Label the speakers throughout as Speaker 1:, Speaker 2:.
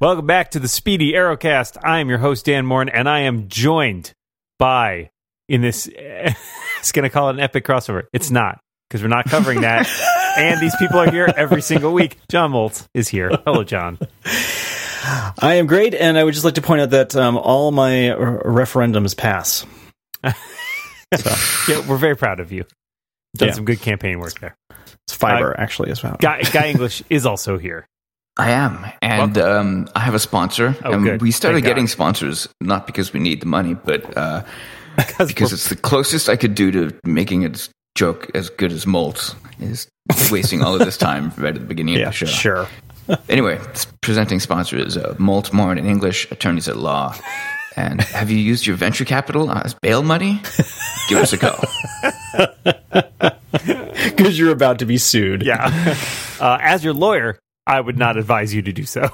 Speaker 1: Welcome back to the Speedy Aerocast. I am your host, Dan Morn, and I am joined by, in this, it's going to call it an epic crossover. It's not, because we're not covering that. and these people are here every single week. John Moltz is here. Hello, John.
Speaker 2: I am great, and I would just like to point out that um, all my r- referendums pass.
Speaker 1: Yeah, we're very proud of you. Done
Speaker 2: Yeah.
Speaker 1: some good campaign work there.
Speaker 2: It's fiber, actually, as well.
Speaker 1: Guy, Guy English is also here.
Speaker 3: I am, and um, I have a sponsor.
Speaker 1: Oh,
Speaker 3: and
Speaker 1: good.
Speaker 3: We started
Speaker 1: Thank God.
Speaker 3: getting sponsors not because we need the money, but uh, because
Speaker 1: we're-
Speaker 3: it's the closest I could do to making a joke as good as Molt's is wasting all of this time right at the beginning
Speaker 2: yeah,
Speaker 3: of the show.
Speaker 2: sure.
Speaker 3: Anyway, this presenting sponsor is uh, Molt Morin in English, attorneys at law. And have you used your venture capital as bail money? Give us a call.
Speaker 2: Because you're about to be sued.
Speaker 1: Yeah. Uh, as your lawyer, I would not advise you to do so.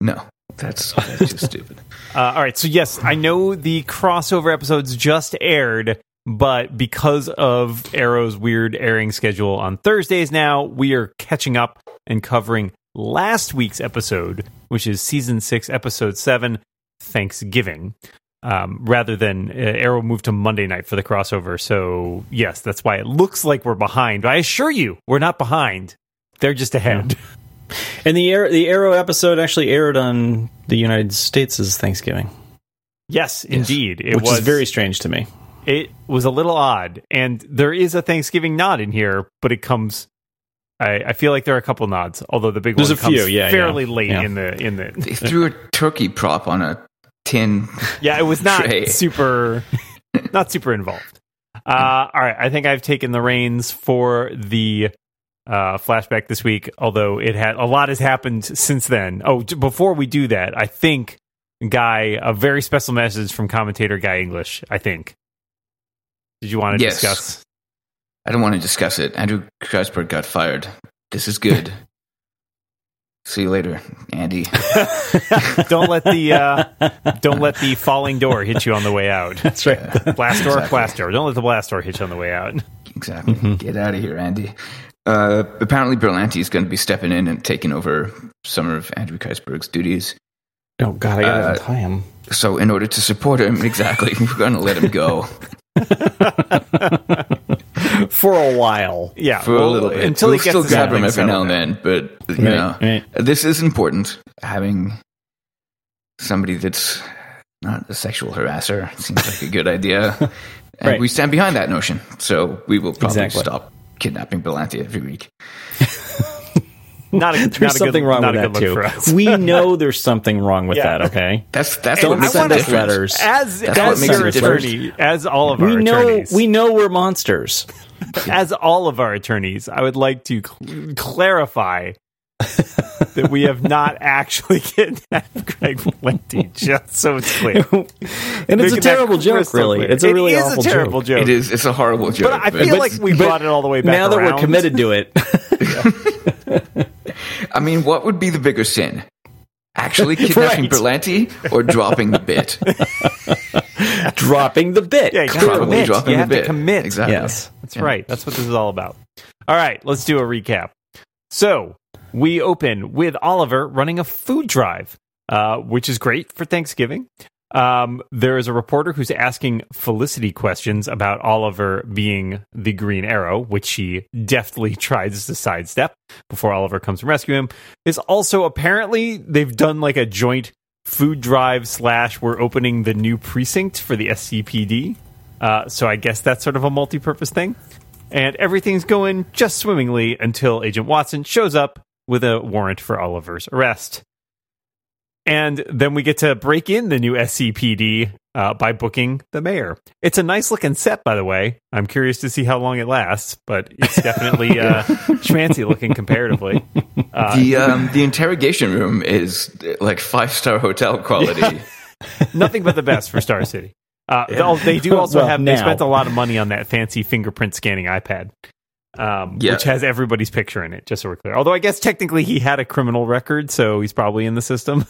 Speaker 3: No, that's, that's just stupid.
Speaker 1: Uh, all right. So, yes, I know the crossover episodes just aired, but because of Arrow's weird airing schedule on Thursdays now, we are catching up and covering last week's episode, which is season six, episode seven, Thanksgiving. Um, rather than uh, Arrow moved to Monday night for the crossover. So, yes, that's why it looks like we're behind. But I assure you, we're not behind. They're just ahead.
Speaker 2: And the Ar- the Arrow episode actually aired on the United States' Thanksgiving,
Speaker 1: Yes, indeed. It
Speaker 2: which
Speaker 1: was
Speaker 2: is very strange to me.
Speaker 1: it was a little odd and there is a thanksgiving nod in here but it comes i, I feel like there are a couple nods although the big
Speaker 2: There's
Speaker 1: one
Speaker 2: a
Speaker 1: comes
Speaker 2: few, yeah,
Speaker 1: fairly
Speaker 2: yeah.
Speaker 1: late
Speaker 2: Yeah.
Speaker 1: in the in the
Speaker 3: They threw a turkey prop on a tin.
Speaker 1: yeah it was not
Speaker 3: Trey.
Speaker 1: super not super involved uh all right i think i've taken the reins for the uh flashback this week although it had a lot has happened since then oh j- before we do that i think guy a very special message from commentator guy english i think did you want to
Speaker 3: Yes.
Speaker 1: discuss
Speaker 3: I don't want to discuss it. Andrew Kreisberg got fired. This is good. See you later, Andy.
Speaker 1: don't let the uh, don't let the falling door hit you on the way out.
Speaker 2: That's right.
Speaker 1: Blast door,
Speaker 3: Exactly.
Speaker 1: blast door. Don't let the blast door hit you on the way out.
Speaker 3: Exactly. Get out of here, Andy. Uh, apparently, Berlanti is going to be stepping in and taking over some of Andrew Kreisberg's duties.
Speaker 2: oh God, I gotta
Speaker 3: Uh,
Speaker 2: untie him.
Speaker 3: So, in order to support him, exactly, we're going to let him go.
Speaker 2: for a while.
Speaker 1: Yeah,
Speaker 3: for
Speaker 1: well,
Speaker 3: a little bit.
Speaker 1: until
Speaker 3: we'll
Speaker 1: he gets
Speaker 3: still
Speaker 1: his
Speaker 3: grab him
Speaker 1: things
Speaker 3: every now
Speaker 1: settled
Speaker 3: and
Speaker 1: down.
Speaker 3: then, but you
Speaker 2: Right,
Speaker 3: know,
Speaker 2: right.
Speaker 3: this is important. Having somebody that's not a sexual harasser seems like a good idea, and
Speaker 2: Right.
Speaker 3: we stand behind that notion. So we will probably
Speaker 2: Exactly.
Speaker 3: stop kidnapping Belanti every week.
Speaker 1: Not a,
Speaker 2: There's
Speaker 1: not a
Speaker 2: something
Speaker 1: good,
Speaker 2: wrong
Speaker 1: not
Speaker 2: with
Speaker 1: a good
Speaker 2: that
Speaker 1: look for us.
Speaker 2: too. we know there's something wrong with
Speaker 1: Yeah.
Speaker 2: that. Okay,
Speaker 3: That's that's
Speaker 1: And
Speaker 3: what
Speaker 2: don't
Speaker 1: I
Speaker 3: makes
Speaker 2: send
Speaker 1: wanna-
Speaker 3: that
Speaker 2: us letters.
Speaker 3: difference.
Speaker 1: as
Speaker 3: That's
Speaker 1: as
Speaker 3: what makes
Speaker 1: your
Speaker 3: it different.
Speaker 1: attorney, as all of our
Speaker 2: we know
Speaker 1: attorneys,
Speaker 2: we know we're monsters.
Speaker 1: as all of our attorneys, I would like to cl- clarify that we have not actually kidnapped Greg Valenti. Just so it's clear,
Speaker 2: And it's
Speaker 1: Making
Speaker 2: a
Speaker 1: that
Speaker 2: terrible joke,
Speaker 1: crystal
Speaker 2: really.
Speaker 1: clear.
Speaker 2: It's a
Speaker 1: It
Speaker 2: really
Speaker 1: is
Speaker 2: awful
Speaker 1: a terrible
Speaker 2: joke.
Speaker 1: joke.
Speaker 3: It is. It's a horrible joke.
Speaker 1: But I feel like we
Speaker 2: but
Speaker 1: brought it all the way back.
Speaker 2: now that
Speaker 1: around.
Speaker 2: we're committed to it,
Speaker 3: I mean, what would be the bigger sin? Actually kidnapping
Speaker 2: Right.
Speaker 3: Berlanti or dropping the bit?
Speaker 2: dropping the bit.
Speaker 1: yeah, you gotta
Speaker 3: Probably
Speaker 1: commit.
Speaker 3: dropping
Speaker 1: you
Speaker 3: the
Speaker 1: have
Speaker 3: bit.
Speaker 1: to commit.
Speaker 3: Exactly.
Speaker 2: yes.
Speaker 1: That's right. That's what this is all about. All right, let's do a recap. So we open with Oliver running a food drive, uh, which is great for Thanksgiving. Um, there is a reporter who's asking Felicity questions about Oliver being the Green Arrow, which she deftly tries to sidestep before Oliver comes and rescue him. Is also apparently they've done like a joint food drive slash we're opening the new precinct for the SCPD. Uh, so I guess that's sort of a multi-purpose thing. And everything's going just swimmingly until Agent Watson shows up with a warrant for Oliver's arrest. And then we get to break in the new SCPD uh, by booking the mayor. It's a nice looking set, by the way. I'm curious to see how long it lasts, but it's definitely uh, schmancy looking comparatively.
Speaker 3: the um, the interrogation room is uh, like five star hotel quality.
Speaker 1: nothing but the best for Star City. Uh, though They do also
Speaker 2: Well,
Speaker 1: have. They
Speaker 2: now.
Speaker 1: spent a lot of money on that fancy fingerprint scanning iPad, um,
Speaker 3: Yeah.
Speaker 1: which has everybody's picture in it. Just so we're clear. Although I guess technically he had a criminal record, so he's probably in the system.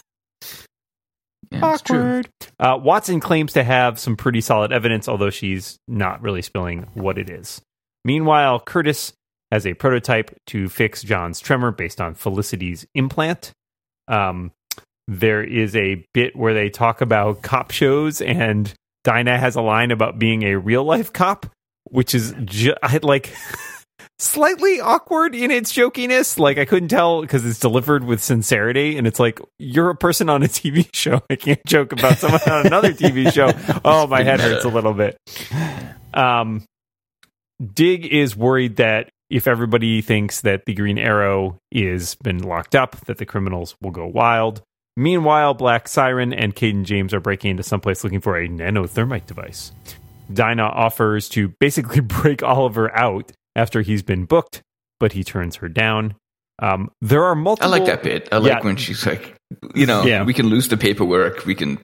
Speaker 3: Yeah, it's true.
Speaker 1: Uh, Watson claims to have some pretty solid evidence, although she's not really spilling what it is. Meanwhile, Curtis has a prototype to fix John's tremor based on Felicity's implant. Um, there is a bit where they talk about cop shows, and Dinah has a line about being a real life cop, which is ju- I, like slightly awkward in its jokiness. Like I couldn't tell because it's delivered with sincerity, and it's like you're a person on a TV show. I can't joke about someone on another TV show. Oh, my head hurts a little bit. Um, Dig is worried that if everybody thinks that the Green Arrow is been locked up, that the criminals will go wild. Meanwhile, Black Siren and Caden James are breaking into someplace looking for a nanothermite device. Dinah offers to basically break Oliver out after he's been booked, but he turns her down. Um, there are
Speaker 3: I
Speaker 1: multiple.
Speaker 3: like that bit. I like
Speaker 1: Yeah.
Speaker 3: when she's like, you know,
Speaker 2: Yeah.
Speaker 3: we can lose the paperwork, we can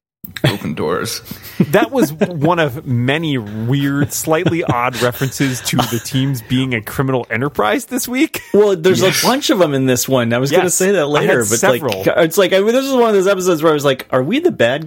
Speaker 3: open doors.
Speaker 1: That was one of many weird, slightly odd references to the teams being a criminal enterprise this week.
Speaker 2: Well, there's a bunch of them in this one. I was going to
Speaker 1: Yes.
Speaker 2: say that
Speaker 1: I had
Speaker 2: later, but
Speaker 1: several.
Speaker 2: like, it's like I mean, this is one of those episodes where I was like, "Are we the bad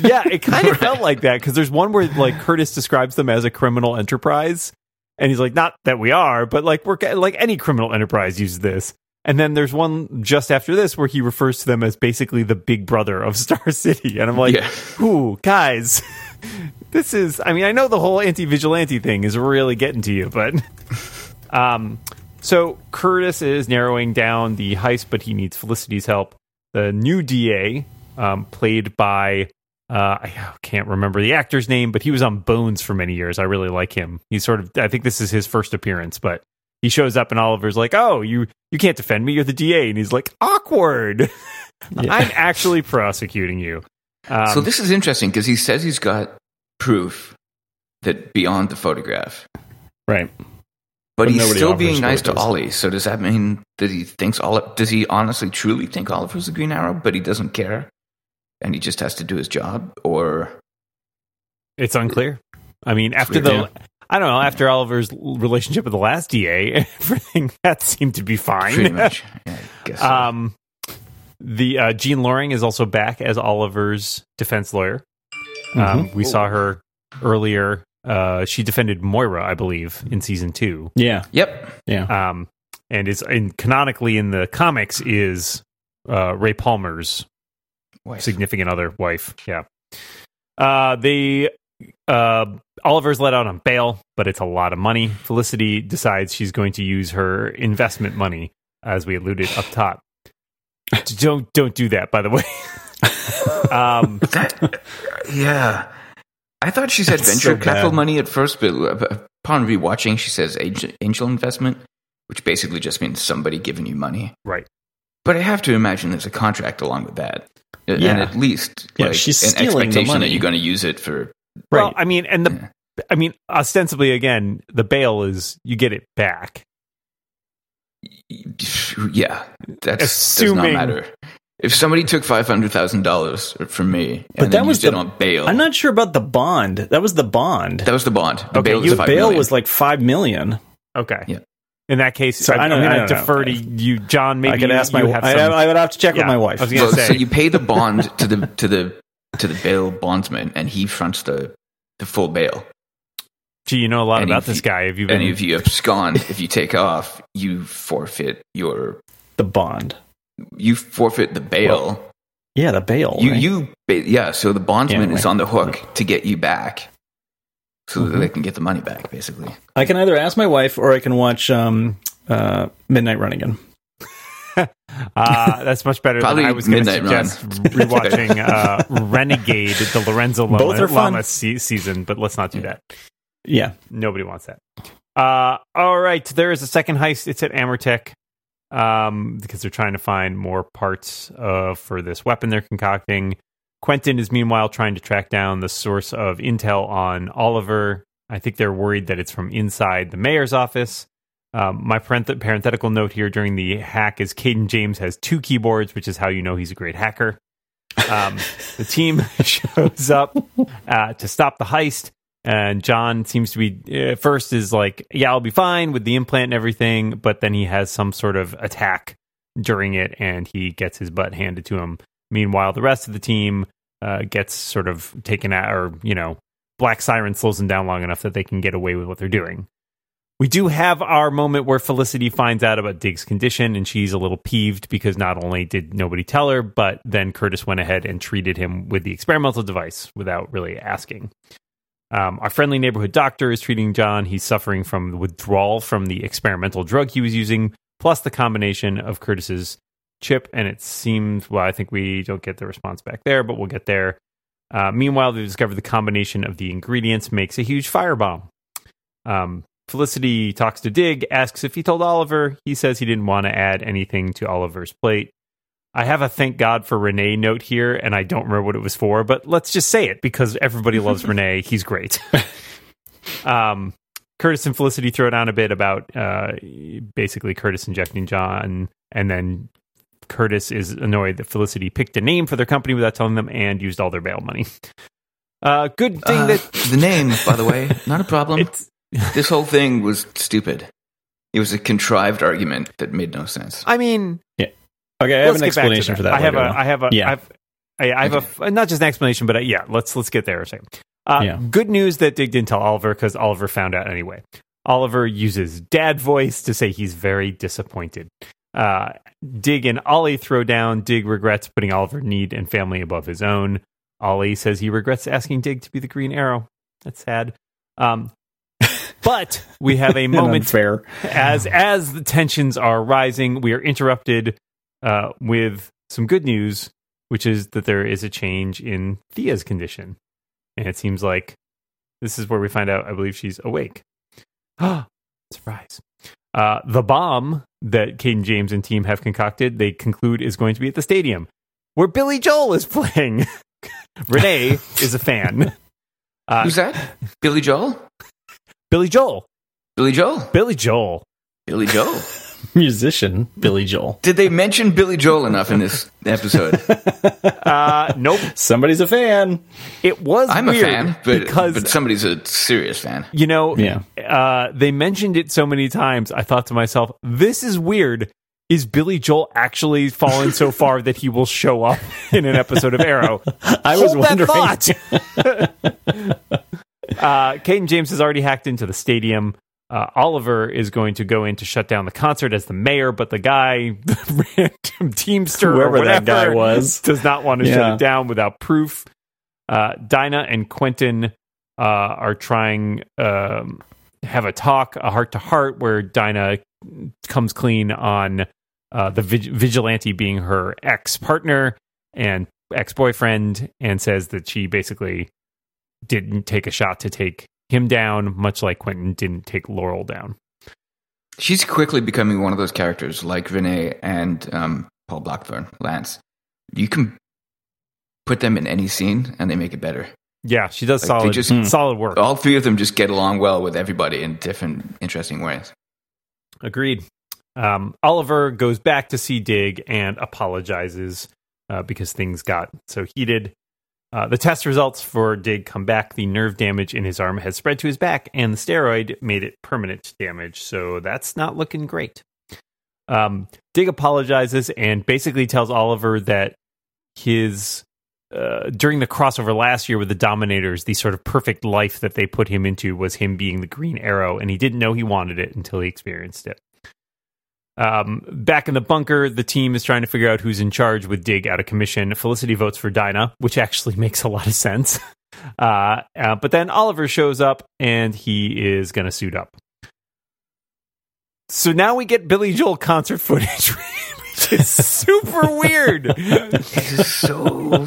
Speaker 1: yeah, it kind of felt like that because there's one where like Curtis describes them as a criminal enterprise, and he's like, not that we are, but like we're like any criminal enterprise uses this. And then there's one just after this where he refers to them as basically the Big Brother of Star City, and I'm like,
Speaker 3: Yeah.
Speaker 1: ooh, guys, this is. I mean, I know the whole anti-vigilante thing is really getting to you, but um, so Curtis is narrowing down the heist, but he needs Felicity's help. The new DA, um, played by uh, I can't remember the actor's name, but he was on Bones for many years. I really like him. He's sort of. I think this is his first appearance, but he shows up and Oliver's like, "Oh, you you can't defend me. You're the DA," and he's like, "Awkward. I'm actually prosecuting you." Um,
Speaker 3: so this is interesting because he says he's got proof that beyond the photograph,
Speaker 2: right.
Speaker 3: but,
Speaker 2: But
Speaker 3: he's
Speaker 2: nobody
Speaker 3: still
Speaker 2: offers
Speaker 3: being
Speaker 2: what
Speaker 3: nice
Speaker 2: it
Speaker 3: to
Speaker 2: is.
Speaker 3: Ollie. So does that mean that he thinks Ollie? Does he honestly, truly think Oliver's the Green Arrow, but he doesn't care, and he just has to do his job? Or
Speaker 1: It's unclear. I mean, after
Speaker 3: weird,
Speaker 1: the,
Speaker 3: yeah.
Speaker 1: I don't know, after Oliver's l- relationship with the last DA, everything that seemed to be
Speaker 3: pretty
Speaker 1: fine.
Speaker 3: much, yeah, I guess. so.
Speaker 1: um, the uh, Jean Loring is also back as Oliver's defense lawyer.
Speaker 2: Mm-hmm.
Speaker 1: Um, we saw her earlier. Uh, she defended Moira, I believe, in season two.
Speaker 2: Yeah,
Speaker 3: yep.
Speaker 2: yeah.
Speaker 1: Um, and is in canonically in the comics is uh, Ray Palmer's
Speaker 3: Wife.
Speaker 1: significant other wife yeah uh they uh oliver's let out on bail but it's a lot of money felicity decides she's going to use her investment money as we alluded up top don't don't do that by the way um
Speaker 3: That, yeah. I thought she said
Speaker 2: That's
Speaker 3: venture
Speaker 2: so
Speaker 3: capital
Speaker 2: bad.
Speaker 3: money at first, but upon rewatching, she says angel, angel investment, which basically just means somebody giving you money.
Speaker 1: right
Speaker 3: But I have to imagine there's a contract along with that. And
Speaker 2: Yeah.
Speaker 3: at least
Speaker 2: Yeah,
Speaker 3: like,
Speaker 2: she's
Speaker 3: an
Speaker 2: stealing the
Speaker 3: expectation that
Speaker 2: money.
Speaker 3: you're going to use it for.
Speaker 1: right
Speaker 2: Right.
Speaker 1: i mean and the
Speaker 3: Yeah.
Speaker 1: i mean ostensibly again the bail is you get it back
Speaker 3: Yeah. That does not
Speaker 1: Assuming-
Speaker 3: matter. If somebody took $500,000 from me and
Speaker 2: But
Speaker 3: then
Speaker 2: that was
Speaker 3: used it
Speaker 2: the-
Speaker 3: on bail,
Speaker 2: I'm not sure about the bond. That was the bond.
Speaker 3: that was the bond. The
Speaker 1: Okay,
Speaker 3: bail was
Speaker 1: you-
Speaker 2: the
Speaker 3: the
Speaker 2: bail
Speaker 3: five million.
Speaker 2: was like five million.
Speaker 1: okay
Speaker 3: Yeah.
Speaker 1: in that case
Speaker 2: So
Speaker 1: I,
Speaker 2: I
Speaker 1: am
Speaker 2: don't- I
Speaker 1: gonna
Speaker 2: don't know.
Speaker 1: defer to you john maybe
Speaker 2: I could
Speaker 1: you-
Speaker 2: ask my.
Speaker 1: you have
Speaker 2: I,
Speaker 1: some-
Speaker 2: I would have to check
Speaker 1: Yeah,
Speaker 2: with my wife.
Speaker 1: I was gonna
Speaker 3: Well,
Speaker 1: say
Speaker 3: So you pay the bond to the to the to the bail bondsman, and he fronts the the full bail.
Speaker 1: gee you know a lot
Speaker 3: and
Speaker 1: about
Speaker 3: if
Speaker 1: this
Speaker 3: you-
Speaker 1: guy have you
Speaker 3: And
Speaker 1: been
Speaker 3: if you abscond, if you take off, you forfeit your
Speaker 2: the bond.
Speaker 3: you forfeit the bail.
Speaker 2: Yeah, the bail.
Speaker 3: you
Speaker 2: right?
Speaker 3: you ba- yeah. So the bondsman
Speaker 2: Yeah,
Speaker 3: is
Speaker 2: right.
Speaker 3: on the hook to get you back, so that they can get the money back, basically.
Speaker 2: I can either ask my wife or I can watch um, uh, Midnight Run again.
Speaker 1: Uh, that's much better
Speaker 3: Probably
Speaker 1: than I was going to
Speaker 3: Midnight Run.
Speaker 1: suggest rewatching uh, Renegade, the Lorenzo Lama,
Speaker 2: Both are fun.
Speaker 1: Lama se- season, but let's not do that.
Speaker 2: Yeah,
Speaker 1: Nobody wants that. Uh, all right, there is a second heist. It's at Amertech um, because they're trying to find more parts uh, for this weapon they're concocting. Quentin is meanwhile trying to track down the source of intel on Oliver. I think they're worried that it's from inside the mayor's office. Um, my parenth- parenthetical note here during the hack is Caden James has two keyboards, which is how you know he's a great hacker. Um, the team shows up uh, to stop the heist, and John seems to be at first is like, "Yeah, I'll be fine with the implant and everything," but then he has some sort of attack during it, and he gets his butt handed to him. Meanwhile, the rest of the team uh, gets sort of taken out, or you know, Black Siren slows them down long enough that they can get away with what they're doing. We do have our moment where Felicity finds out about Dig's condition and she's a little peeved because not only did nobody tell her, but then Curtis went ahead and treated him with the experimental device without really asking. Um, our friendly neighborhood doctor is treating John. He's suffering from withdrawal from the experimental drug he was using, plus the combination of Curtis's chip. And it seems, well, I think we don't get the response back there, but we'll get there. Uh, meanwhile, they discover the combination of the ingredients makes a huge firebomb. Um, Felicity talks to Dig, asks if he told Oliver. He says he didn't want to add anything to Oliver's plate. I have a thank God for Renee note here, and I don't remember what it was for, but let's just say it because everybody loves Renee. He's great. um, Curtis and Felicity throw down a bit about uh, basically Curtis injecting John, and then Curtis is annoyed that Felicity picked a name for their company without telling them and used all their bail money. Uh, good thing
Speaker 3: Uh,
Speaker 1: that
Speaker 3: the name, by the way, not a problem.
Speaker 1: it's
Speaker 3: this whole thing was stupid. It was a contrived argument that made no sense.
Speaker 1: I mean,
Speaker 2: Okay, I have
Speaker 1: Let's
Speaker 2: an
Speaker 1: get back to
Speaker 2: explanation for that.
Speaker 1: I have a,
Speaker 2: later.
Speaker 1: I have a,
Speaker 2: Yeah.
Speaker 1: I've, I, I have a, not just an explanation, but uh yeah, let's let's get there in a second. Uh,
Speaker 2: Yeah.
Speaker 1: Good news that Dig didn't tell Oliver because Oliver found out anyway. Oliver uses dad voice to say he's very disappointed. Uh, Dig and Ollie throw down. Dig regrets putting Oliver need and family above his own. Ollie says he regrets asking Dig to be the Green Arrow. That's sad. Um, but we have a
Speaker 2: An
Speaker 1: moment
Speaker 2: unfair.
Speaker 1: as as the tensions are rising, we are interrupted uh, with some good news, which is that there is a change in Thea's condition, and it seems like this is where we find out. I believe she's awake. Surprise! Uh, the bomb that Caden James and team have concocted, they conclude, is going to be at the stadium where Billy Joel is playing. Renee is a fan. Uh,
Speaker 3: Who's that? Billy Joel?
Speaker 1: Billy Joel.
Speaker 3: Billy Joel?
Speaker 1: Billy Joel.
Speaker 3: Billy Joel.
Speaker 2: musician Billy Joel.
Speaker 3: Did they mention Billy Joel enough in this episode?
Speaker 1: Uh, nope.
Speaker 2: Somebody's a fan.
Speaker 1: It was.
Speaker 3: I'm a
Speaker 1: weird
Speaker 3: fan, but,
Speaker 1: because
Speaker 3: but somebody's a serious fan.
Speaker 1: You know,
Speaker 2: Yeah.
Speaker 1: uh, they mentioned it so many times. I thought to myself, this is weird. Is Billy Joel actually fallen so far that he will show up in an episode of Arrow?
Speaker 2: I was
Speaker 1: Hold that
Speaker 2: wondering.
Speaker 1: thought. uh, Caden James has already hacked into the stadium. Uh, Oliver is going to go in to shut down the concert as the mayor, but the guy, the random teamster, or
Speaker 2: Whoever that guy
Speaker 1: whatever,
Speaker 2: was.
Speaker 1: does not want to shut
Speaker 2: Yeah.
Speaker 1: it down without proof. Uh, Dinah and Quentin uh, are trying um, have a talk, a heart to heart, where Dinah comes clean on uh, the vig- vigilante being her ex partner and ex boyfriend, and says that she basically didn't take a shot to take him down, much like Quentin didn't take Laurel down.
Speaker 3: She's quickly becoming one of those characters like Renee and um, Paul Blackburn, Lance. You can put them in any scene and they make it better.
Speaker 1: Yeah, she does
Speaker 3: Like, they
Speaker 1: solid,
Speaker 3: just- Oh,
Speaker 1: solid work.
Speaker 3: All three of them just get along well with everybody in different, interesting ways.
Speaker 1: Agreed. Um, Oliver goes back to see Dig and apologizes uh, because things got so heated. Uh, the test results for Dig come back. The nerve damage in his arm has spread to his back, and the steroid made it permanent damage. So that's not looking great. Um, Dig apologizes and basically tells Oliver that his uh, during the crossover last year with the Dominators, the sort of perfect life that they put him into was him being the Green Arrow, and he didn't know he wanted it until he experienced it. Um, back in the bunker, the team is trying to figure out who's in charge with Dig out of commission. Felicity votes for Dinah, which actually makes a lot of sense. Uh, uh, but then Oliver shows up and he is going to suit up. So now we get Billy Joel concert footage, which is super weird.
Speaker 3: This is so.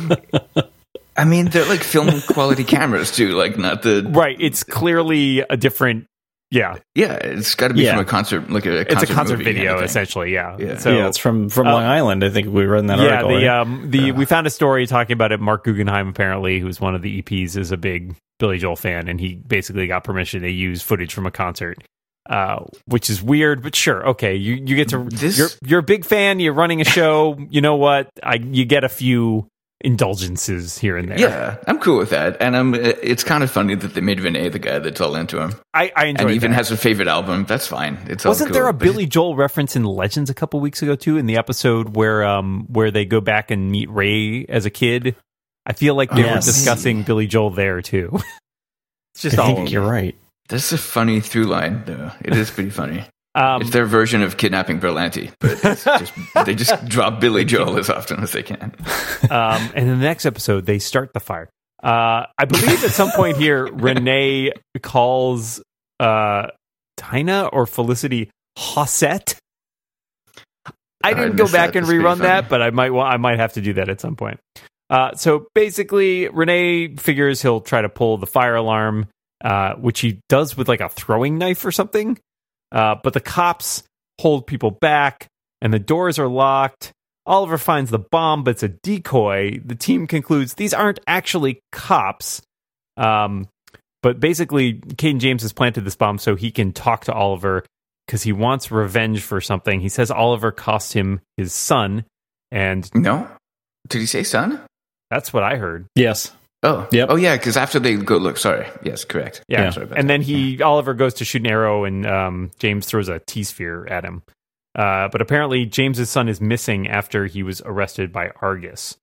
Speaker 3: I mean, they're like film quality cameras too. Like, not the
Speaker 1: Right. It's clearly a different. Yeah,
Speaker 3: yeah. It's got to be
Speaker 2: Yeah.
Speaker 3: from a concert, like a concert
Speaker 1: it's a concert
Speaker 3: movie kind
Speaker 1: video
Speaker 3: of thing.
Speaker 1: essentially. Yeah.
Speaker 3: Yeah.
Speaker 1: So
Speaker 2: yeah, it's from from
Speaker 1: uh,
Speaker 2: Long Island. I think we read in that
Speaker 1: yeah,
Speaker 2: article.
Speaker 1: the
Speaker 2: right?
Speaker 1: um the we found a story talking about it. Mark Guggenheim apparently, who's one of the EPs, is a big Billy Joel fan, and he basically got permission to use footage from a concert. Uh, which is weird, but sure, okay. You you get to
Speaker 3: This-
Speaker 1: you're you're a big fan. You're running a show. you know what? I you get a few indulgences here and there.
Speaker 3: Yeah, I'm cool with that, and I'm. It's kind of funny that they made Vinay the guy that's all into him,
Speaker 1: I I enjoy
Speaker 3: and even
Speaker 1: that.
Speaker 3: has a favorite album. That's fine. It's all
Speaker 1: Wasn't
Speaker 3: cool,
Speaker 1: there a
Speaker 3: but-
Speaker 1: Billy Joel reference in Legends a couple weeks ago too? In the episode where um where they go back and meet Ray as a kid, I feel like they were
Speaker 2: Yes.
Speaker 1: discussing Billy Joel there too. it's just
Speaker 2: I
Speaker 1: all
Speaker 2: think you're right.
Speaker 3: That's a funny through line, though. It is pretty funny.
Speaker 1: Um,
Speaker 3: it's their version of kidnapping Berlanti, but it's just, they just drop Billy Joel as often as they can.
Speaker 1: um, and in the next episode, they start the fire. Uh, I believe at some point here, Renee calls uh, Tina or Felicity Hossette. I
Speaker 3: I
Speaker 1: didn't go
Speaker 3: missed that.
Speaker 1: back and
Speaker 3: That's pretty
Speaker 1: rerun that,
Speaker 3: funny.
Speaker 1: but I might wa- I might have to do that at some point. Uh, so basically, Renee figures he'll try to pull the fire alarm, uh, which he does with like a throwing knife or something. Uh, but the cops hold people back, and the doors are locked. Oliver finds the bomb, but it's a decoy. The team concludes these aren't actually cops. Um, but basically, Caden James has planted this bomb so he can talk to Oliver because he wants revenge for something. He says Oliver cost him his son, and
Speaker 3: No? Did he say son?
Speaker 1: that's what I heard.
Speaker 2: Yes.
Speaker 3: Oh,
Speaker 2: Yep.
Speaker 3: Oh, yeah, because after they go look, sorry. Yes, correct.
Speaker 1: Yeah.
Speaker 2: Yeah.
Speaker 3: Sorry about
Speaker 1: And
Speaker 3: that.
Speaker 1: then he Oliver goes to shoot an arrow, and um, James throws a T sphere at him. Uh, but apparently, James's son is missing after he was arrested by Argus.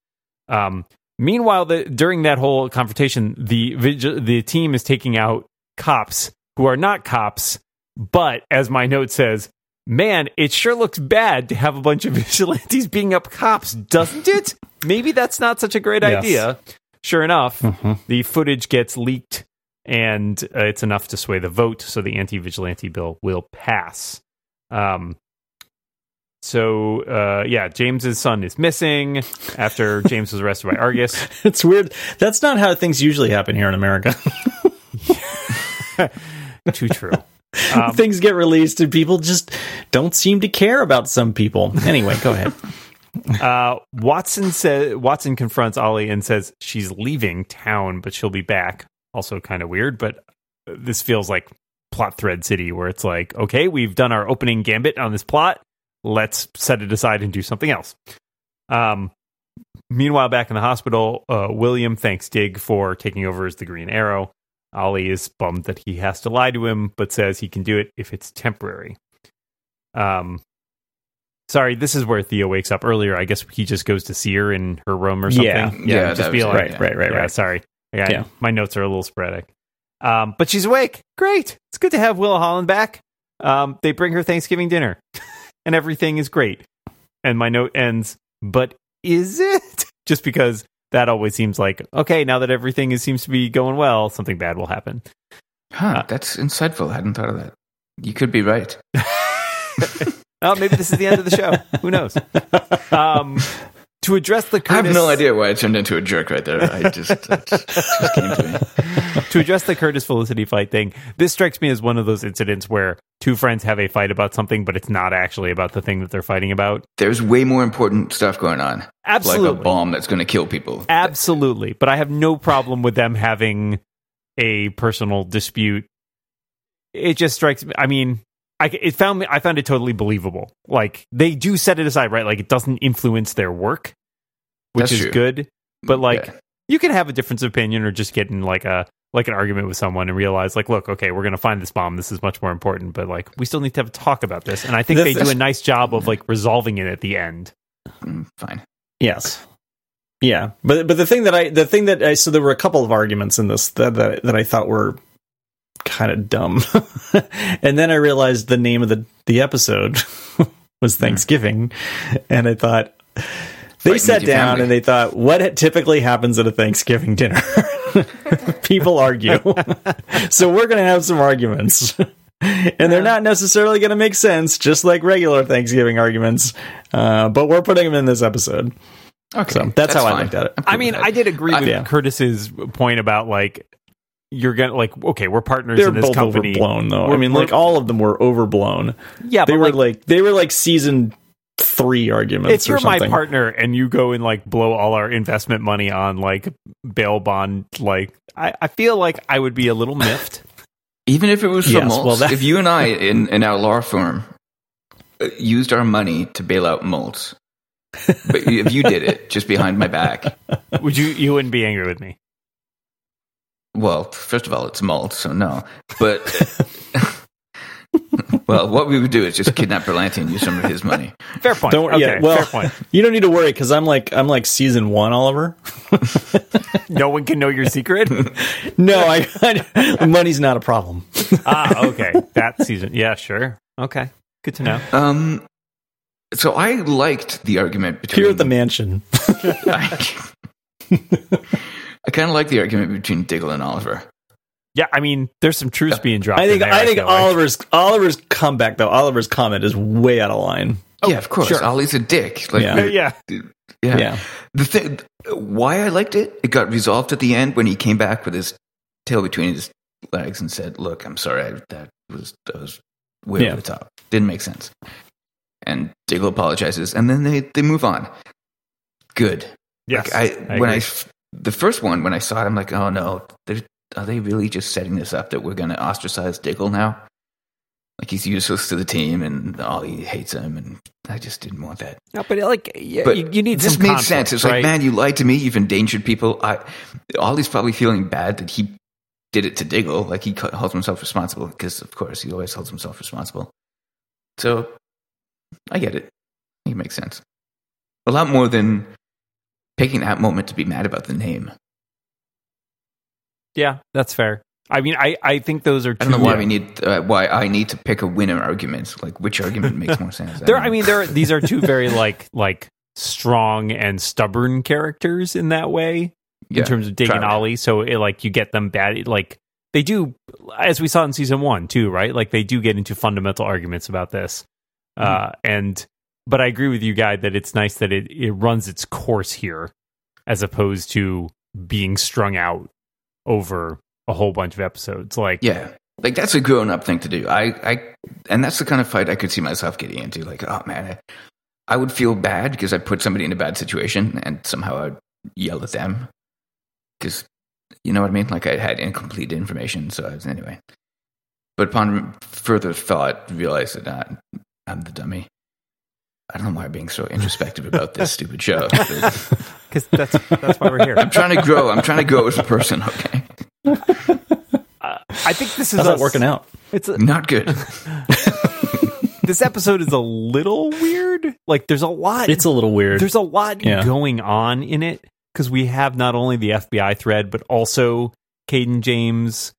Speaker 1: Um, meanwhile, the, during that whole confrontation, the vig- the team is taking out cops who are not cops, but as my note says, man, it sure looks bad to have a bunch of vigilantes being up cops, doesn't it? Maybe that's not such a great
Speaker 2: Yes.
Speaker 1: idea. Sure enough,
Speaker 2: Mhm.
Speaker 1: the footage gets leaked, and uh, it's enough to sway the vote, so the anti vigilante bill will pass. Um, so uh, yeah, James's son is missing after James was arrested by Argus.
Speaker 2: It's weird. That's not how things usually happen here in America.
Speaker 1: Too true. Um,
Speaker 2: things get released and people just don't seem to care about some people. Anyway, go ahead.
Speaker 1: Uh, Watson says Watson confronts Ollie and says she's leaving town, but she'll be back. Also, kind of weird, but this feels like plot thread city, where it's like, okay, we've done our opening gambit on this plot. Let's set it aside and do something else. Um, meanwhile, back in the hospital, uh, William thanks Dig for taking over as the Green Arrow. Ollie is bummed that he has to lie to him, but says he can do it if it's temporary. Um, sorry, this is where Theo wakes up earlier. I guess he just goes to see her in her room or something.
Speaker 2: Yeah.
Speaker 3: Yeah,
Speaker 1: just
Speaker 3: that
Speaker 1: be
Speaker 3: was it,
Speaker 1: like,
Speaker 2: right,
Speaker 3: yeah.
Speaker 2: right, right,
Speaker 1: yeah,
Speaker 2: right.
Speaker 1: Sorry, I got-
Speaker 2: Yeah.
Speaker 1: my notes are a little sporadic. Um, but she's awake. Great. It's good to have Willa Holland back. Um, they bring her Thanksgiving dinner, and everything is great. And my note ends. But is it? Just because that always seems like okay. Now that everything is, seems to be going well, something bad will happen.
Speaker 3: Huh,
Speaker 1: Uh,
Speaker 3: that's insightful. I hadn't thought of that. You could be right.
Speaker 1: Oh, maybe this is the end of the show. Who knows? Um, to address the
Speaker 3: I
Speaker 1: Curtis,
Speaker 3: have no idea why I turned into a jerk right there. I just, that just, just came to me.
Speaker 1: to address the Curtis Felicity fight thing, this strikes me as one of those incidents where two friends have a fight about something, but it's not actually about the thing that they're fighting about.
Speaker 3: There's way more important stuff going on. Like a
Speaker 1: Absolutely.
Speaker 3: bomb that's going to kill people.
Speaker 1: Absolutely. But I have no problem with them having a personal dispute. It just strikes me. I mean, I, it found me, I found it totally believable. Like they do set it aside, right? Like it doesn't influence their work, which
Speaker 3: That's
Speaker 1: is
Speaker 3: true.
Speaker 1: good. But like,
Speaker 3: Yeah.
Speaker 1: you can have a difference of opinion or just get in like a like an argument with someone and realize like look okay we're going to find this bomb this is much more important but like we still need to have a talk about this and i think
Speaker 2: This-
Speaker 1: they do a
Speaker 2: this-
Speaker 1: nice job of like resolving it at the end
Speaker 3: Mm, fine.
Speaker 2: Yes. Yeah, but but the thing that I the thing that I so there were a couple of arguments in this that that, that I thought were kind of dumb, and then I realized the name of the the episode
Speaker 3: Hmm.
Speaker 2: was Thanksgiving, and I thought they
Speaker 3: Fighting
Speaker 2: sat
Speaker 3: with your
Speaker 2: down
Speaker 3: family.
Speaker 2: and they thought what typically happens at a Thanksgiving dinner. People argue, so we're going to have some arguments. And they're not necessarily going to make sense, just like regular Thanksgiving arguments. Uh, but we're putting them in this episode.
Speaker 3: Okay.
Speaker 2: So, that's how I looked at it.
Speaker 3: I'm cool
Speaker 1: i mean
Speaker 3: with that.
Speaker 1: i did agree with
Speaker 2: Yeah.
Speaker 1: curtis's point about like you're going to like okay we're partners
Speaker 2: They're
Speaker 1: in this
Speaker 2: both
Speaker 1: company
Speaker 2: overblown, though. I
Speaker 1: We're-
Speaker 2: mean,
Speaker 1: we're-
Speaker 2: like all of them were overblown.
Speaker 1: yeah
Speaker 2: They
Speaker 1: but
Speaker 2: were
Speaker 1: like,
Speaker 2: like they were like season three arguments.
Speaker 1: if you're
Speaker 2: or something.
Speaker 1: my partner and you go and like blow all our investment money on like bail bond like i, I feel like i would be a little miffed
Speaker 3: Even if it was for
Speaker 2: Yes,
Speaker 3: Maltz,
Speaker 2: well, that-
Speaker 3: if you and I in, in our law firm uh, used our money to bail out Maltz, but if you did it just behind my back,
Speaker 1: would you you wouldn't be angry with me
Speaker 3: well, first of all, it's Maltz, so no. But Well, what we would do is just kidnap Berlanti and use some of his money.
Speaker 1: Fair point.
Speaker 2: Don't
Speaker 1: okay,
Speaker 2: yeah, well,
Speaker 1: fair point.
Speaker 2: You don't need to worry because I'm like I'm like season one, Oliver.
Speaker 1: No one can know your secret.
Speaker 2: No, I, I money's not a problem.
Speaker 1: ah, okay. That season. Yeah, sure. Okay. Good to know.
Speaker 3: Um, so I liked the argument between
Speaker 2: Here at the mansion,
Speaker 3: I kind of like the argument between Diggle and Oliver.
Speaker 1: Yeah, I mean, there's some truths being dropped.
Speaker 2: I think
Speaker 1: in there,
Speaker 2: I think
Speaker 1: feel like.
Speaker 2: Oliver's Oliver's comeback though Oliver's comment is way out of line.
Speaker 3: yeah, of course.
Speaker 1: sure.
Speaker 3: Ollie's a dick. Like,
Speaker 2: Yeah.
Speaker 1: Yeah, yeah.
Speaker 3: yeah.
Speaker 2: Yeah.
Speaker 3: The thing, why I liked it, it got resolved at the end when he came back with his tail between his legs and said, "Look, I'm sorry. I, that was that was way
Speaker 2: Yeah.
Speaker 3: over the top. Didn't make sense." And Diggle apologizes, and then they they move on. Good.
Speaker 1: Yes,
Speaker 3: Like, I, when I
Speaker 1: agree.
Speaker 3: f- the first one when I saw it, I'm like, oh no, they're, are they really just setting this up that we're going to ostracize Diggle now? Like he's useless to the team, and Ollie hates him, and I just didn't want that.
Speaker 1: No, but like, yeah,
Speaker 3: But
Speaker 1: you, you need
Speaker 3: this
Speaker 1: some
Speaker 3: made
Speaker 1: conflict,
Speaker 3: sense. It's
Speaker 1: right?
Speaker 3: like, man, you lied to me. You've endangered people. I, Ollie's probably feeling bad that he did it to Diggle. Like he co- holds himself responsible because, of course, he always holds himself responsible. So I get it. It makes sense. A lot more than taking that moment to be mad about the name.
Speaker 1: Yeah, that's fair. I mean, I, I think those are.
Speaker 3: I
Speaker 1: Two,
Speaker 3: don't know why
Speaker 1: Yeah.
Speaker 3: we need uh, why I need to pick a winner argument. Like which argument makes more sense?
Speaker 1: There,
Speaker 3: don't
Speaker 1: I
Speaker 3: know.
Speaker 1: mean, there. These are two very like like strong and stubborn characters in that way
Speaker 3: Yeah,
Speaker 1: in terms of Dig and
Speaker 3: proud.
Speaker 1: Ollie. So it like you get them bad. it, like they do, as we saw in season one too, right? Like they do get into fundamental arguments about this.
Speaker 2: Mm-hmm.
Speaker 1: Uh, and but I agree with you, guy, that it's nice that it it runs its course here, as opposed to being strung out over a whole bunch of episodes. Like
Speaker 3: Yeah. Like that's a grown up thing to do. I, I and that's the kind of fight I could see myself getting into. Like, oh man, I, I would feel bad because I put somebody in a bad situation and somehow I'd yell at them. Because you know what I mean? Like I had incomplete information, so I was anyway. But upon further thought, realized that I, I'm the dummy. I don't know why I'm being so introspective about this stupid show. but
Speaker 1: because that's that's why we're here.
Speaker 3: I'm trying to grow. I'm trying to grow as a person. Okay,
Speaker 1: Uh, I think this is
Speaker 2: How's that
Speaker 1: us.
Speaker 2: working out?
Speaker 1: It's a,
Speaker 3: not good.
Speaker 1: this episode is a little weird. Like there's a lot.
Speaker 2: It's a little weird.
Speaker 1: there's a lot
Speaker 2: Yeah.
Speaker 1: going on in it because we have not only the FBI thread but also Caden James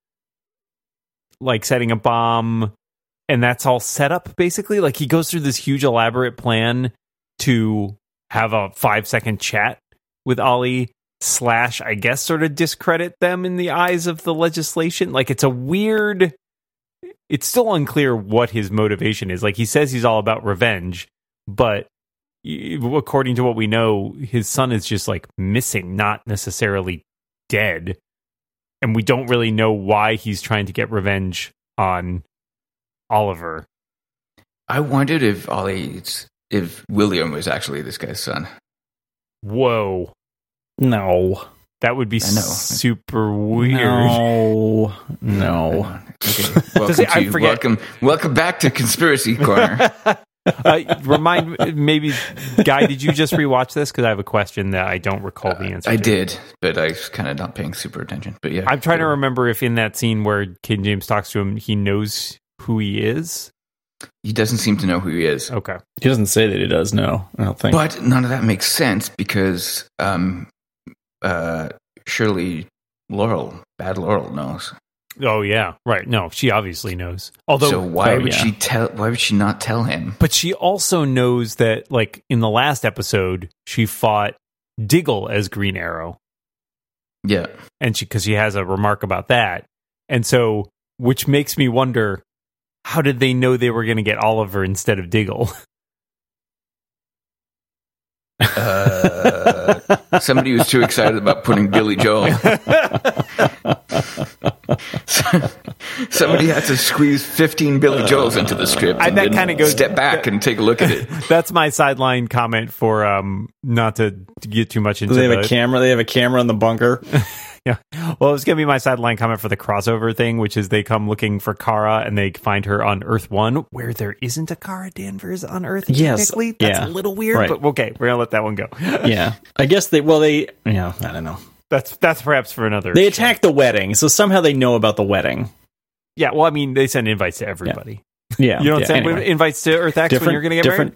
Speaker 1: like setting a bomb, and that's all set up basically. Like he goes through this huge elaborate plan to have a five second chat with Ollie slash I guess sort of discredit them in the eyes of the legislation. Like it's a weird it's still unclear what his motivation is. Like he says he's all about revenge, but y- according to what we know, his son is just like missing, not necessarily dead. And we don't really know why he's trying to get revenge on Oliver.
Speaker 3: I wondered if Ollie's if William was actually this guy's son.
Speaker 1: Whoa.
Speaker 2: no,
Speaker 1: That would be
Speaker 3: I know.
Speaker 1: super weird.
Speaker 2: no, no.
Speaker 3: Okay.
Speaker 1: Oh.
Speaker 3: Welcome,
Speaker 1: See, I
Speaker 3: to,
Speaker 1: forget-
Speaker 3: welcome, welcome back to Conspiracy Corner.
Speaker 1: Uh, remind maybe, Guy, did you just rewatch this? Because I have a question that I don't recall the answer
Speaker 3: Uh, I
Speaker 1: to.
Speaker 3: did, but I was kind of not paying super attention. But yeah,
Speaker 1: I'm trying to remember if in that scene where Kid James talks to him, he knows who he is.
Speaker 3: He doesn't seem to know who he is,
Speaker 1: Okay.
Speaker 2: He doesn't say that he does. No, I don't think.
Speaker 3: but none of that makes sense because um, uh, surely Laurel, bad Laurel, knows.
Speaker 1: Oh yeah, right. No, she obviously knows. Although,
Speaker 3: so why
Speaker 2: oh,
Speaker 3: would
Speaker 2: yeah.
Speaker 3: she tell? Why would she not tell him?
Speaker 1: but she also knows that, like in the last episode, she fought Diggle as Green Arrow,
Speaker 3: Yeah,
Speaker 1: and she because she has a remark about that, and so which makes me wonder, how did they know they were going to get Oliver instead of Diggle?
Speaker 3: uh, somebody was too excited about putting Billy Joel. Somebody had to squeeze 15 Billy Joels into the script.
Speaker 1: I-
Speaker 3: and
Speaker 1: that
Speaker 3: then
Speaker 1: kinda goes-
Speaker 3: Step back and take a look at it.
Speaker 1: That's my sideline comment for um not to get too much into
Speaker 2: they have
Speaker 1: the-
Speaker 2: a camera. They have a camera in the bunker.
Speaker 1: Yeah. Well, it's going to be my sideline comment for the crossover thing, which is they come looking for Kara and they find her on Earth 1, where there isn't a Kara Danvers on Earth.
Speaker 2: Yes.
Speaker 1: Technically, that's
Speaker 2: Yeah.
Speaker 1: a little weird,
Speaker 2: Right.
Speaker 1: but okay, we're going to let that one go.
Speaker 2: yeah, I guess they. Well, they. Yeah, I don't know.
Speaker 1: That's that's perhaps for another.
Speaker 2: They attack the wedding, so somehow they know about the wedding.
Speaker 1: Yeah. Well, I mean, they send invites to everybody.
Speaker 2: Yeah.
Speaker 1: You know what
Speaker 2: yeah,
Speaker 1: I'm saying?
Speaker 2: anyway.
Speaker 1: Invites to Earth X when you're going to get
Speaker 2: different.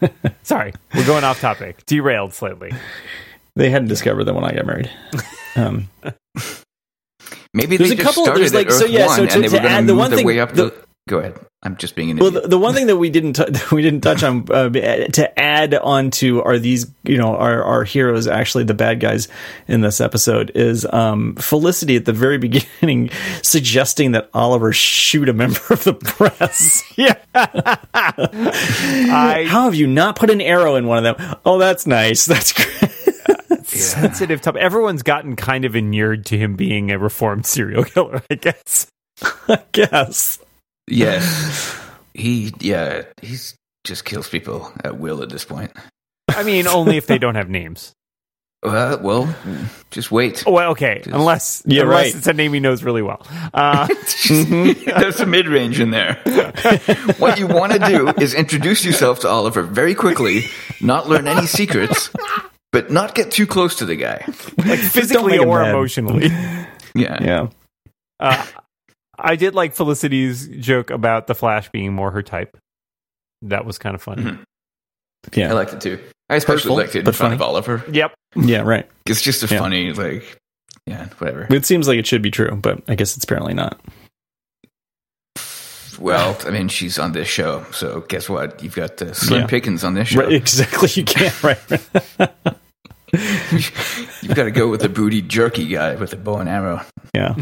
Speaker 1: married? Sorry, we're going off topic. Derailed slightly.
Speaker 2: they hadn't discovered that when I got married. Um,
Speaker 3: Maybe
Speaker 2: There's
Speaker 3: they
Speaker 2: a
Speaker 3: just
Speaker 2: couple-
Speaker 3: started
Speaker 2: there's
Speaker 3: at
Speaker 2: like-
Speaker 3: Earth
Speaker 2: so yeah,
Speaker 3: One
Speaker 2: so to-
Speaker 3: and they
Speaker 2: to
Speaker 3: were going
Speaker 2: add
Speaker 3: to
Speaker 2: the
Speaker 3: move
Speaker 2: one
Speaker 3: their
Speaker 2: thing-
Speaker 3: way up.
Speaker 2: the-
Speaker 3: the, go ahead. I'm just being an
Speaker 2: well,
Speaker 3: idiot.
Speaker 2: the, the one thing that we didn't t- that we didn't touch on uh, to add on to are these you know are our heroes actually the bad guys in this episode is um, Felicity at the very beginning suggesting that Oliver shoot a member of the press.
Speaker 1: Yeah. I
Speaker 2: How have you not put an arrow in one of them? Oh, that's nice. That's great.
Speaker 1: sensitive topic. Everyone's gotten kind of inured to him being a reformed serial killer, I guess.
Speaker 2: I guess.
Speaker 3: yes, he yeah he's just kills people at will at this point.
Speaker 1: I mean, only if they don't have names.
Speaker 3: Uh, well, just wait.
Speaker 1: Well, okay, unless
Speaker 2: Yeah,
Speaker 1: unless
Speaker 2: right.
Speaker 1: it's a name he knows really well. Uh,
Speaker 2: Mm-hmm.
Speaker 3: There's a mid range in there. what you want to do is introduce yourself to Oliver very quickly, not learn any secrets, but not get too close to the guy.
Speaker 1: like physically
Speaker 2: make him
Speaker 1: or
Speaker 2: mad.
Speaker 1: emotionally.
Speaker 3: Yeah.
Speaker 2: Yeah.
Speaker 1: Uh, I did like Felicity's joke about the Flash being more her type. That was kind of funny.
Speaker 2: Mm-hmm.
Speaker 3: Mhm.
Speaker 2: Yeah.
Speaker 3: I liked it too. I especially
Speaker 2: Hurtful,
Speaker 3: liked it in
Speaker 2: but
Speaker 3: front
Speaker 2: funny.
Speaker 3: of Oliver.
Speaker 1: Yep.
Speaker 2: Yeah, right.
Speaker 3: It's just a
Speaker 2: Yeah.
Speaker 3: funny, like, yeah, whatever.
Speaker 2: It seems like it should be true, but I guess it's apparently not.
Speaker 3: Well, I mean, she's on this show, so guess what? You've got uh, Slim
Speaker 2: Yeah.
Speaker 3: Pickens on this show.
Speaker 2: Right, exactly. You can't. Right.
Speaker 3: You've got to go with the booty jerky guy with the bow and arrow.
Speaker 2: yeah.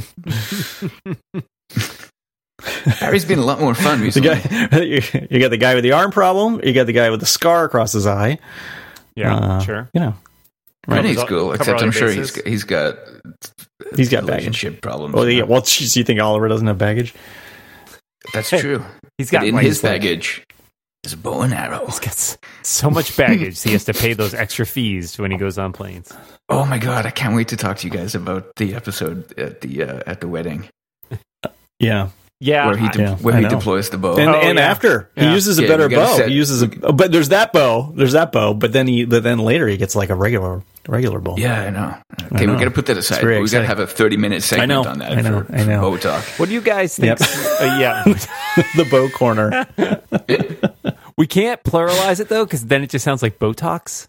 Speaker 3: Harry's been a lot more fun
Speaker 2: The
Speaker 3: recently.
Speaker 2: guy. You, you got the guy with the arm problem. You got the guy with the scar across his eye.
Speaker 1: Yeah.
Speaker 2: Uh,
Speaker 1: sure.
Speaker 2: You know.
Speaker 3: Right, he's
Speaker 1: Cover-
Speaker 3: cool.
Speaker 1: cover
Speaker 3: Except
Speaker 1: all
Speaker 3: I'm
Speaker 1: your
Speaker 3: sure
Speaker 1: bases.
Speaker 3: he's he's got
Speaker 2: He's got baggage.
Speaker 3: relationship problems.
Speaker 2: Well, yeah. Well, geez, you think Oliver doesn't have baggage?
Speaker 3: That's
Speaker 1: Hey,
Speaker 3: true.
Speaker 1: He's got
Speaker 3: But in
Speaker 1: like-
Speaker 3: his baggage is a bow and arrow.
Speaker 1: He's got s- so much baggage. he has to pay those extra fees when he goes on planes.
Speaker 3: Oh my god, I can't wait to talk to you guys about the episode at the uh, at the wedding
Speaker 2: Yeah.
Speaker 1: Yeah.
Speaker 3: where he
Speaker 1: I-
Speaker 3: de-
Speaker 2: yeah,
Speaker 3: where
Speaker 2: I
Speaker 3: he
Speaker 2: know.
Speaker 3: deploys the bow.
Speaker 2: And
Speaker 1: Oh,
Speaker 2: and
Speaker 1: yeah.
Speaker 2: after
Speaker 1: Yeah.
Speaker 2: he uses a
Speaker 3: Yeah,
Speaker 2: better
Speaker 3: we gotta
Speaker 2: bow,
Speaker 3: set-
Speaker 2: he uses a. oh, But there's that bow. There's that bow. But then he. But then later he gets like a regular regular bow.
Speaker 3: yeah, I know. Okay,
Speaker 2: know.
Speaker 3: we got to put that aside.
Speaker 2: very
Speaker 3: We got to
Speaker 2: exciting.
Speaker 3: have a thirty minute segment
Speaker 2: know,
Speaker 3: on that.
Speaker 2: I know,
Speaker 3: For,
Speaker 2: I know.
Speaker 3: for bow talk.
Speaker 1: what do you guys think?
Speaker 2: Yep.
Speaker 1: Uh, yeah.
Speaker 2: the bow corner.
Speaker 1: We can't pluralize it though, because then it just sounds like Botox.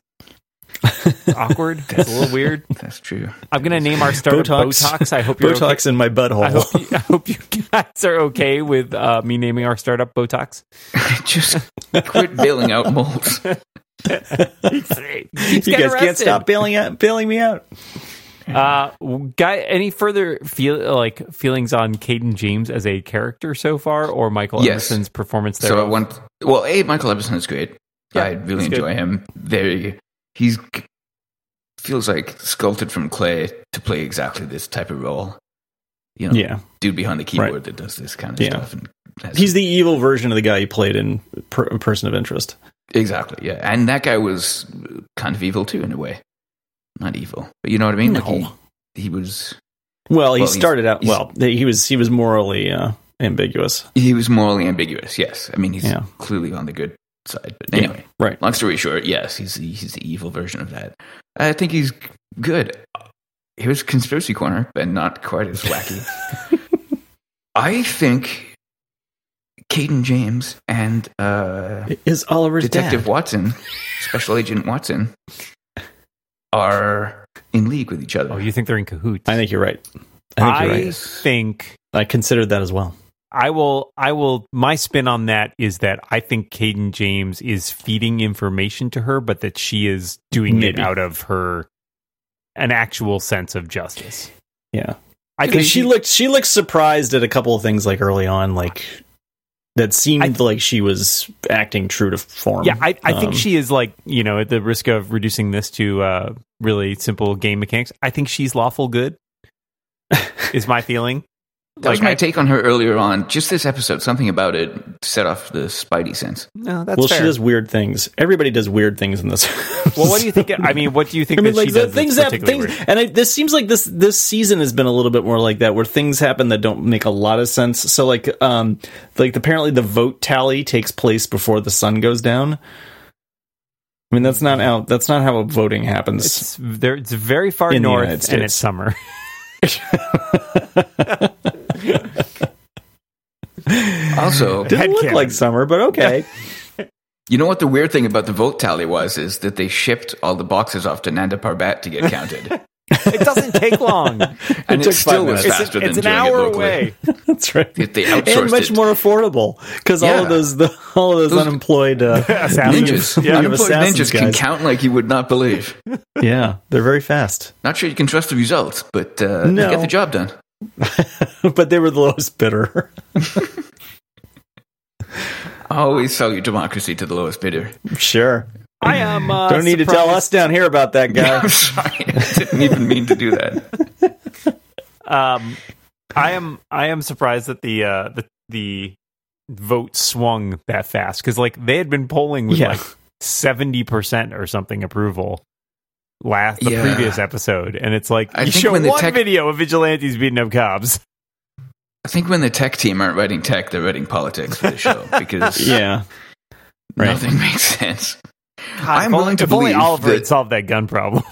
Speaker 1: It's awkward. It's a little weird.
Speaker 3: That's true.
Speaker 1: I'm gonna name our startup Botox.
Speaker 2: Botox.
Speaker 1: I hope you're
Speaker 2: Botox in my butthole.
Speaker 1: Okay. I hope you, I hope you guys are okay with uh, me naming our startup Botox.
Speaker 3: Just quit bailing out molds.
Speaker 1: you
Speaker 2: you guys can't stop bailing out, bailing me out.
Speaker 1: Uh, guy, any further feel like feelings on Caden James as a character so far, or Michael
Speaker 3: Yes.
Speaker 1: Emerson's performance there?
Speaker 3: So I want. Well, a Michael Emerson is great.
Speaker 1: Yeah,
Speaker 3: I really
Speaker 1: he's good.
Speaker 3: enjoy him. There, he's feels like sculpted from clay to play exactly this type of role. You know,
Speaker 2: Yeah.
Speaker 3: dude behind the keyboard
Speaker 2: Right.
Speaker 3: that does this kind of
Speaker 2: Yeah.
Speaker 3: stuff. And has-
Speaker 2: He's the evil version of the guy you played in per- Person of Interest.
Speaker 3: exactly yeah, and that guy was kind of evil too in a way. Not evil, but you know what I mean. Like
Speaker 2: No.
Speaker 3: he, he was
Speaker 2: Well, he
Speaker 3: Well, he's-
Speaker 2: started out
Speaker 3: he's-
Speaker 2: well. He was he was morally uh, ambiguous.
Speaker 3: he was morally ambiguous. Yes, I mean he's
Speaker 2: Yeah.
Speaker 3: clearly on the good side. But
Speaker 2: Yeah.
Speaker 3: anyway,
Speaker 2: Right.
Speaker 3: long story short, yes, he's the, he's the evil version of that. I think he's good. Here's conspiracy corner, but not quite as wacky. I think Caden James and uh,
Speaker 2: Is Oliver's
Speaker 3: Detective
Speaker 2: dad.
Speaker 3: Watson, Special Agent Watson, are in league with each other.
Speaker 1: oh, you think they're in cahoots?
Speaker 2: I think you're right. I think
Speaker 1: I
Speaker 2: you're right.
Speaker 1: think
Speaker 2: I considered that as well.
Speaker 1: I will. I will. My spin on that is that I think Caden James is feeding information to her, but that she is doing it
Speaker 2: Maybe.
Speaker 1: out of her an actual sense of justice.
Speaker 2: Yeah.
Speaker 1: I
Speaker 2: Because
Speaker 1: think
Speaker 2: she looked she looked surprised at a couple of things like early on, like that seemed like she was acting true to form.
Speaker 1: Yeah, I, I think
Speaker 2: Um,
Speaker 1: she is like you know at the risk of reducing this to uh, really simple game mechanics. I think she's lawful good. is my feeling.
Speaker 3: that was
Speaker 1: like,
Speaker 3: my
Speaker 1: I-
Speaker 3: take on her earlier on. Just this episode, something about it set off the Spidey sense.
Speaker 1: No, that's
Speaker 2: well,
Speaker 1: fair.
Speaker 2: she does weird things. Everybody does weird things in this.
Speaker 1: well, what do you think? I mean, what do you think
Speaker 2: I mean,
Speaker 1: that
Speaker 2: like
Speaker 1: she
Speaker 2: the
Speaker 1: does?
Speaker 2: things
Speaker 1: that's
Speaker 2: that things,
Speaker 1: particularly weird?
Speaker 2: and I, this seems like this this season has been a little bit more like that, where things happen that don't make a lot of sense. So, like, um, like apparently the vote tally takes place before the sun goes down. I mean, that's not how that's not how voting happens.
Speaker 1: It's there. It's very far
Speaker 2: In the United
Speaker 1: north, and
Speaker 2: States.
Speaker 1: it's summer.
Speaker 3: Also,
Speaker 2: Didn't
Speaker 1: Head
Speaker 2: look
Speaker 1: cannon.
Speaker 2: like summer, but okay.
Speaker 3: you know what the weird thing about the vote tally was is that they shipped all the boxes off to Nanda Parbat to get counted,
Speaker 1: It doesn't take long.
Speaker 3: and it,
Speaker 2: took five
Speaker 3: still was
Speaker 2: minutes.
Speaker 1: it's
Speaker 3: faster
Speaker 1: an, it's
Speaker 3: than
Speaker 1: an
Speaker 3: doing it
Speaker 1: hour
Speaker 3: locally.
Speaker 1: away.
Speaker 2: That's right.
Speaker 3: If they
Speaker 2: and
Speaker 3: outsourced
Speaker 2: much
Speaker 3: it.
Speaker 2: more affordable because all
Speaker 3: Yeah.
Speaker 2: of those the, all of those,
Speaker 3: Those-
Speaker 2: unemployed uh,
Speaker 1: Assassins.
Speaker 3: Ninjas,
Speaker 2: Yeah.
Speaker 3: unemployed
Speaker 2: Assassins
Speaker 3: ninjas can
Speaker 2: guys.
Speaker 3: count like you would not believe.
Speaker 2: yeah they're very fast
Speaker 3: Not sure you can trust the results, but uh,
Speaker 2: No.
Speaker 3: they get the job done.
Speaker 2: but they were the lowest bidder
Speaker 3: Always sell your democracy to the lowest bidder.
Speaker 2: sure
Speaker 1: I am. Uh,
Speaker 2: don't need to tell us down here about that guy
Speaker 3: I'm sorry, I didn't even mean to do that.
Speaker 1: Um, I am. I am surprised that the uh, the the vote swung that fast because like they had been polling with
Speaker 2: Yeah.
Speaker 1: like seventy percent or something approval last the
Speaker 3: Yeah.
Speaker 1: previous episode, and it's like
Speaker 3: I
Speaker 1: you
Speaker 3: think
Speaker 1: show
Speaker 3: when the
Speaker 1: one
Speaker 3: tech-
Speaker 1: video of vigilantes beating up cops.
Speaker 3: I think when the tech team aren't writing tech, they're writing politics for the show because
Speaker 2: yeah right.
Speaker 3: nothing makes sense. I'm
Speaker 1: if only-
Speaker 3: willing to
Speaker 1: if only
Speaker 3: believe
Speaker 1: Oliver
Speaker 3: that-
Speaker 1: had solved that gun problem.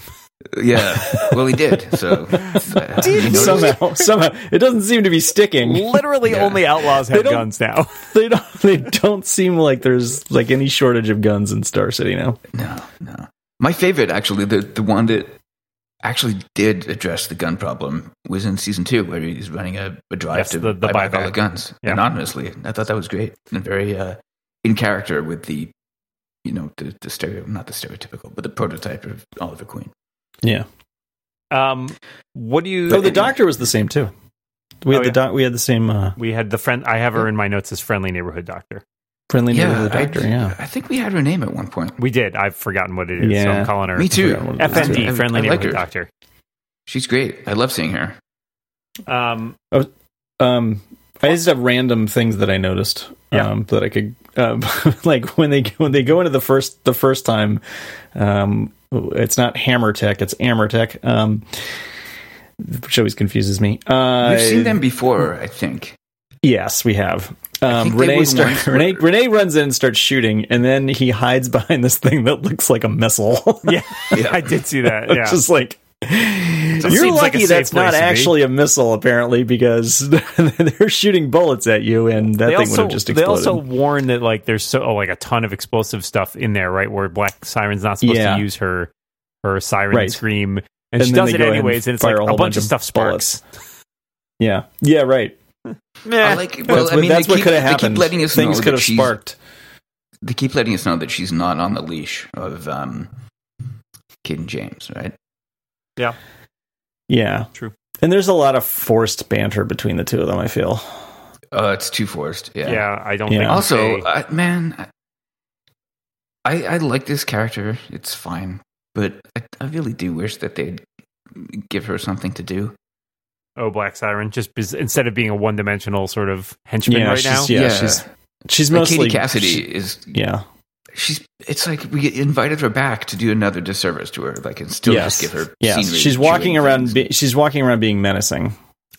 Speaker 3: Yeah, well, he did. So, uh, you notice-
Speaker 2: somehow somehow it doesn't seem to be sticking
Speaker 1: Literally,
Speaker 3: Yeah.
Speaker 1: only outlaws
Speaker 2: They
Speaker 1: have
Speaker 2: don't-
Speaker 1: guns now.
Speaker 2: they don't they don't seem like there's like any shortage of guns in Star City now
Speaker 3: no, no. My favorite, actually, the the one that actually did address the gun problem was in season two, where he's running a, a drive
Speaker 1: Yes,
Speaker 3: to
Speaker 1: the- the
Speaker 3: buy back all
Speaker 1: buyback.
Speaker 3: the guns
Speaker 1: Yeah.
Speaker 3: anonymously. I thought that was great and very uh, in character with the, you know, the, the stereo, not the stereotypical, but the prototype of Oliver Queen.
Speaker 2: yeah
Speaker 1: Um, what do you?
Speaker 2: oh the doctor was the same too we
Speaker 1: Oh,
Speaker 2: had the doc we had the same uh,
Speaker 1: We had the friend. I have her in my notes as friendly neighborhood doctor.
Speaker 2: friendly neighborhood doctor
Speaker 3: I,
Speaker 2: yeah
Speaker 3: I think we had her name at one point.
Speaker 1: We did. I've forgotten what it is. So
Speaker 2: Yeah.
Speaker 1: I'm calling her
Speaker 3: Me too.
Speaker 2: forgot what it was.
Speaker 1: FND,
Speaker 3: I-
Speaker 1: friendly
Speaker 3: I like
Speaker 1: neighborhood
Speaker 3: her.
Speaker 1: doctor.
Speaker 3: She's great. I love seeing her.
Speaker 1: Um,
Speaker 2: Um, I just have random things that I noticed.
Speaker 1: Yeah.
Speaker 2: Um, that I could, um, like when they when they go into the first the first time, um, it's not Hammer Tech, it's Ammer Tech. Um, which always confuses me. Uh,
Speaker 3: We've seen them before, I think.
Speaker 2: Yes, we have.
Speaker 3: think
Speaker 2: Um,
Speaker 3: they
Speaker 2: Renee,
Speaker 3: would
Speaker 2: start,
Speaker 3: want-
Speaker 2: Renee Renee runs in and starts shooting, and then he hides behind this thing that looks like a missile.
Speaker 1: yeah,
Speaker 3: Yeah.
Speaker 1: I did see that. Yeah,
Speaker 2: just like you're
Speaker 1: seems like
Speaker 2: lucky
Speaker 1: a safe
Speaker 2: that's
Speaker 1: place
Speaker 2: not
Speaker 1: to be.
Speaker 2: actually a missile apparently because they're shooting bullets at you and that
Speaker 1: they
Speaker 2: thing would
Speaker 1: also
Speaker 2: have just
Speaker 1: they
Speaker 2: exploded
Speaker 1: also warn that like there's so oh, like a ton of explosive stuff in there, right? Where Black Siren's not supposed
Speaker 2: Yeah.
Speaker 1: to use her her siren
Speaker 2: Right.
Speaker 1: scream, and,
Speaker 2: And
Speaker 1: she
Speaker 2: then
Speaker 1: does
Speaker 2: they
Speaker 1: it
Speaker 2: go ahead and
Speaker 1: anyways, and it's like
Speaker 2: fire
Speaker 1: a
Speaker 2: a
Speaker 1: whole
Speaker 2: whole
Speaker 1: bunch
Speaker 2: bunch
Speaker 1: of
Speaker 2: of
Speaker 1: stuff sparks.
Speaker 2: yeah yeah right
Speaker 1: Meh.
Speaker 3: I like. Well,
Speaker 2: that's
Speaker 3: I
Speaker 2: what,
Speaker 3: mean,
Speaker 2: that's
Speaker 3: they
Speaker 2: what
Speaker 3: keep,
Speaker 2: could have
Speaker 3: they keep
Speaker 2: happened
Speaker 3: letting us
Speaker 2: things
Speaker 3: know
Speaker 2: could
Speaker 3: that
Speaker 2: have
Speaker 3: she's-
Speaker 2: sparked
Speaker 3: They keep letting us know that she's not on the leash of um, Kid and James, right?
Speaker 2: yeah
Speaker 1: True.
Speaker 2: and there's a lot of forced banter between the two of them I feel
Speaker 3: Oh, it's too forced. Yeah.
Speaker 1: yeah. I don't
Speaker 2: Yeah.
Speaker 1: think
Speaker 3: Also,
Speaker 1: they-
Speaker 3: I, man, I I like this character. It's fine, but I, I really do wish that they'd give her something to do.
Speaker 1: oh, Black Siren just bes- instead of being a one dimensional sort of henchman
Speaker 2: Yeah,
Speaker 1: right now.
Speaker 2: she's- Yeah, she's- she's
Speaker 3: like
Speaker 2: mostly
Speaker 3: Katie Cassidy
Speaker 2: she-
Speaker 3: is
Speaker 2: yeah
Speaker 3: she's it's like we invited her back to do another disservice to her like and still
Speaker 2: yes
Speaker 3: just give her
Speaker 2: yes
Speaker 3: scenery
Speaker 2: she's
Speaker 3: and chewing
Speaker 2: walking around
Speaker 3: things.
Speaker 2: be, she's walking around being menacing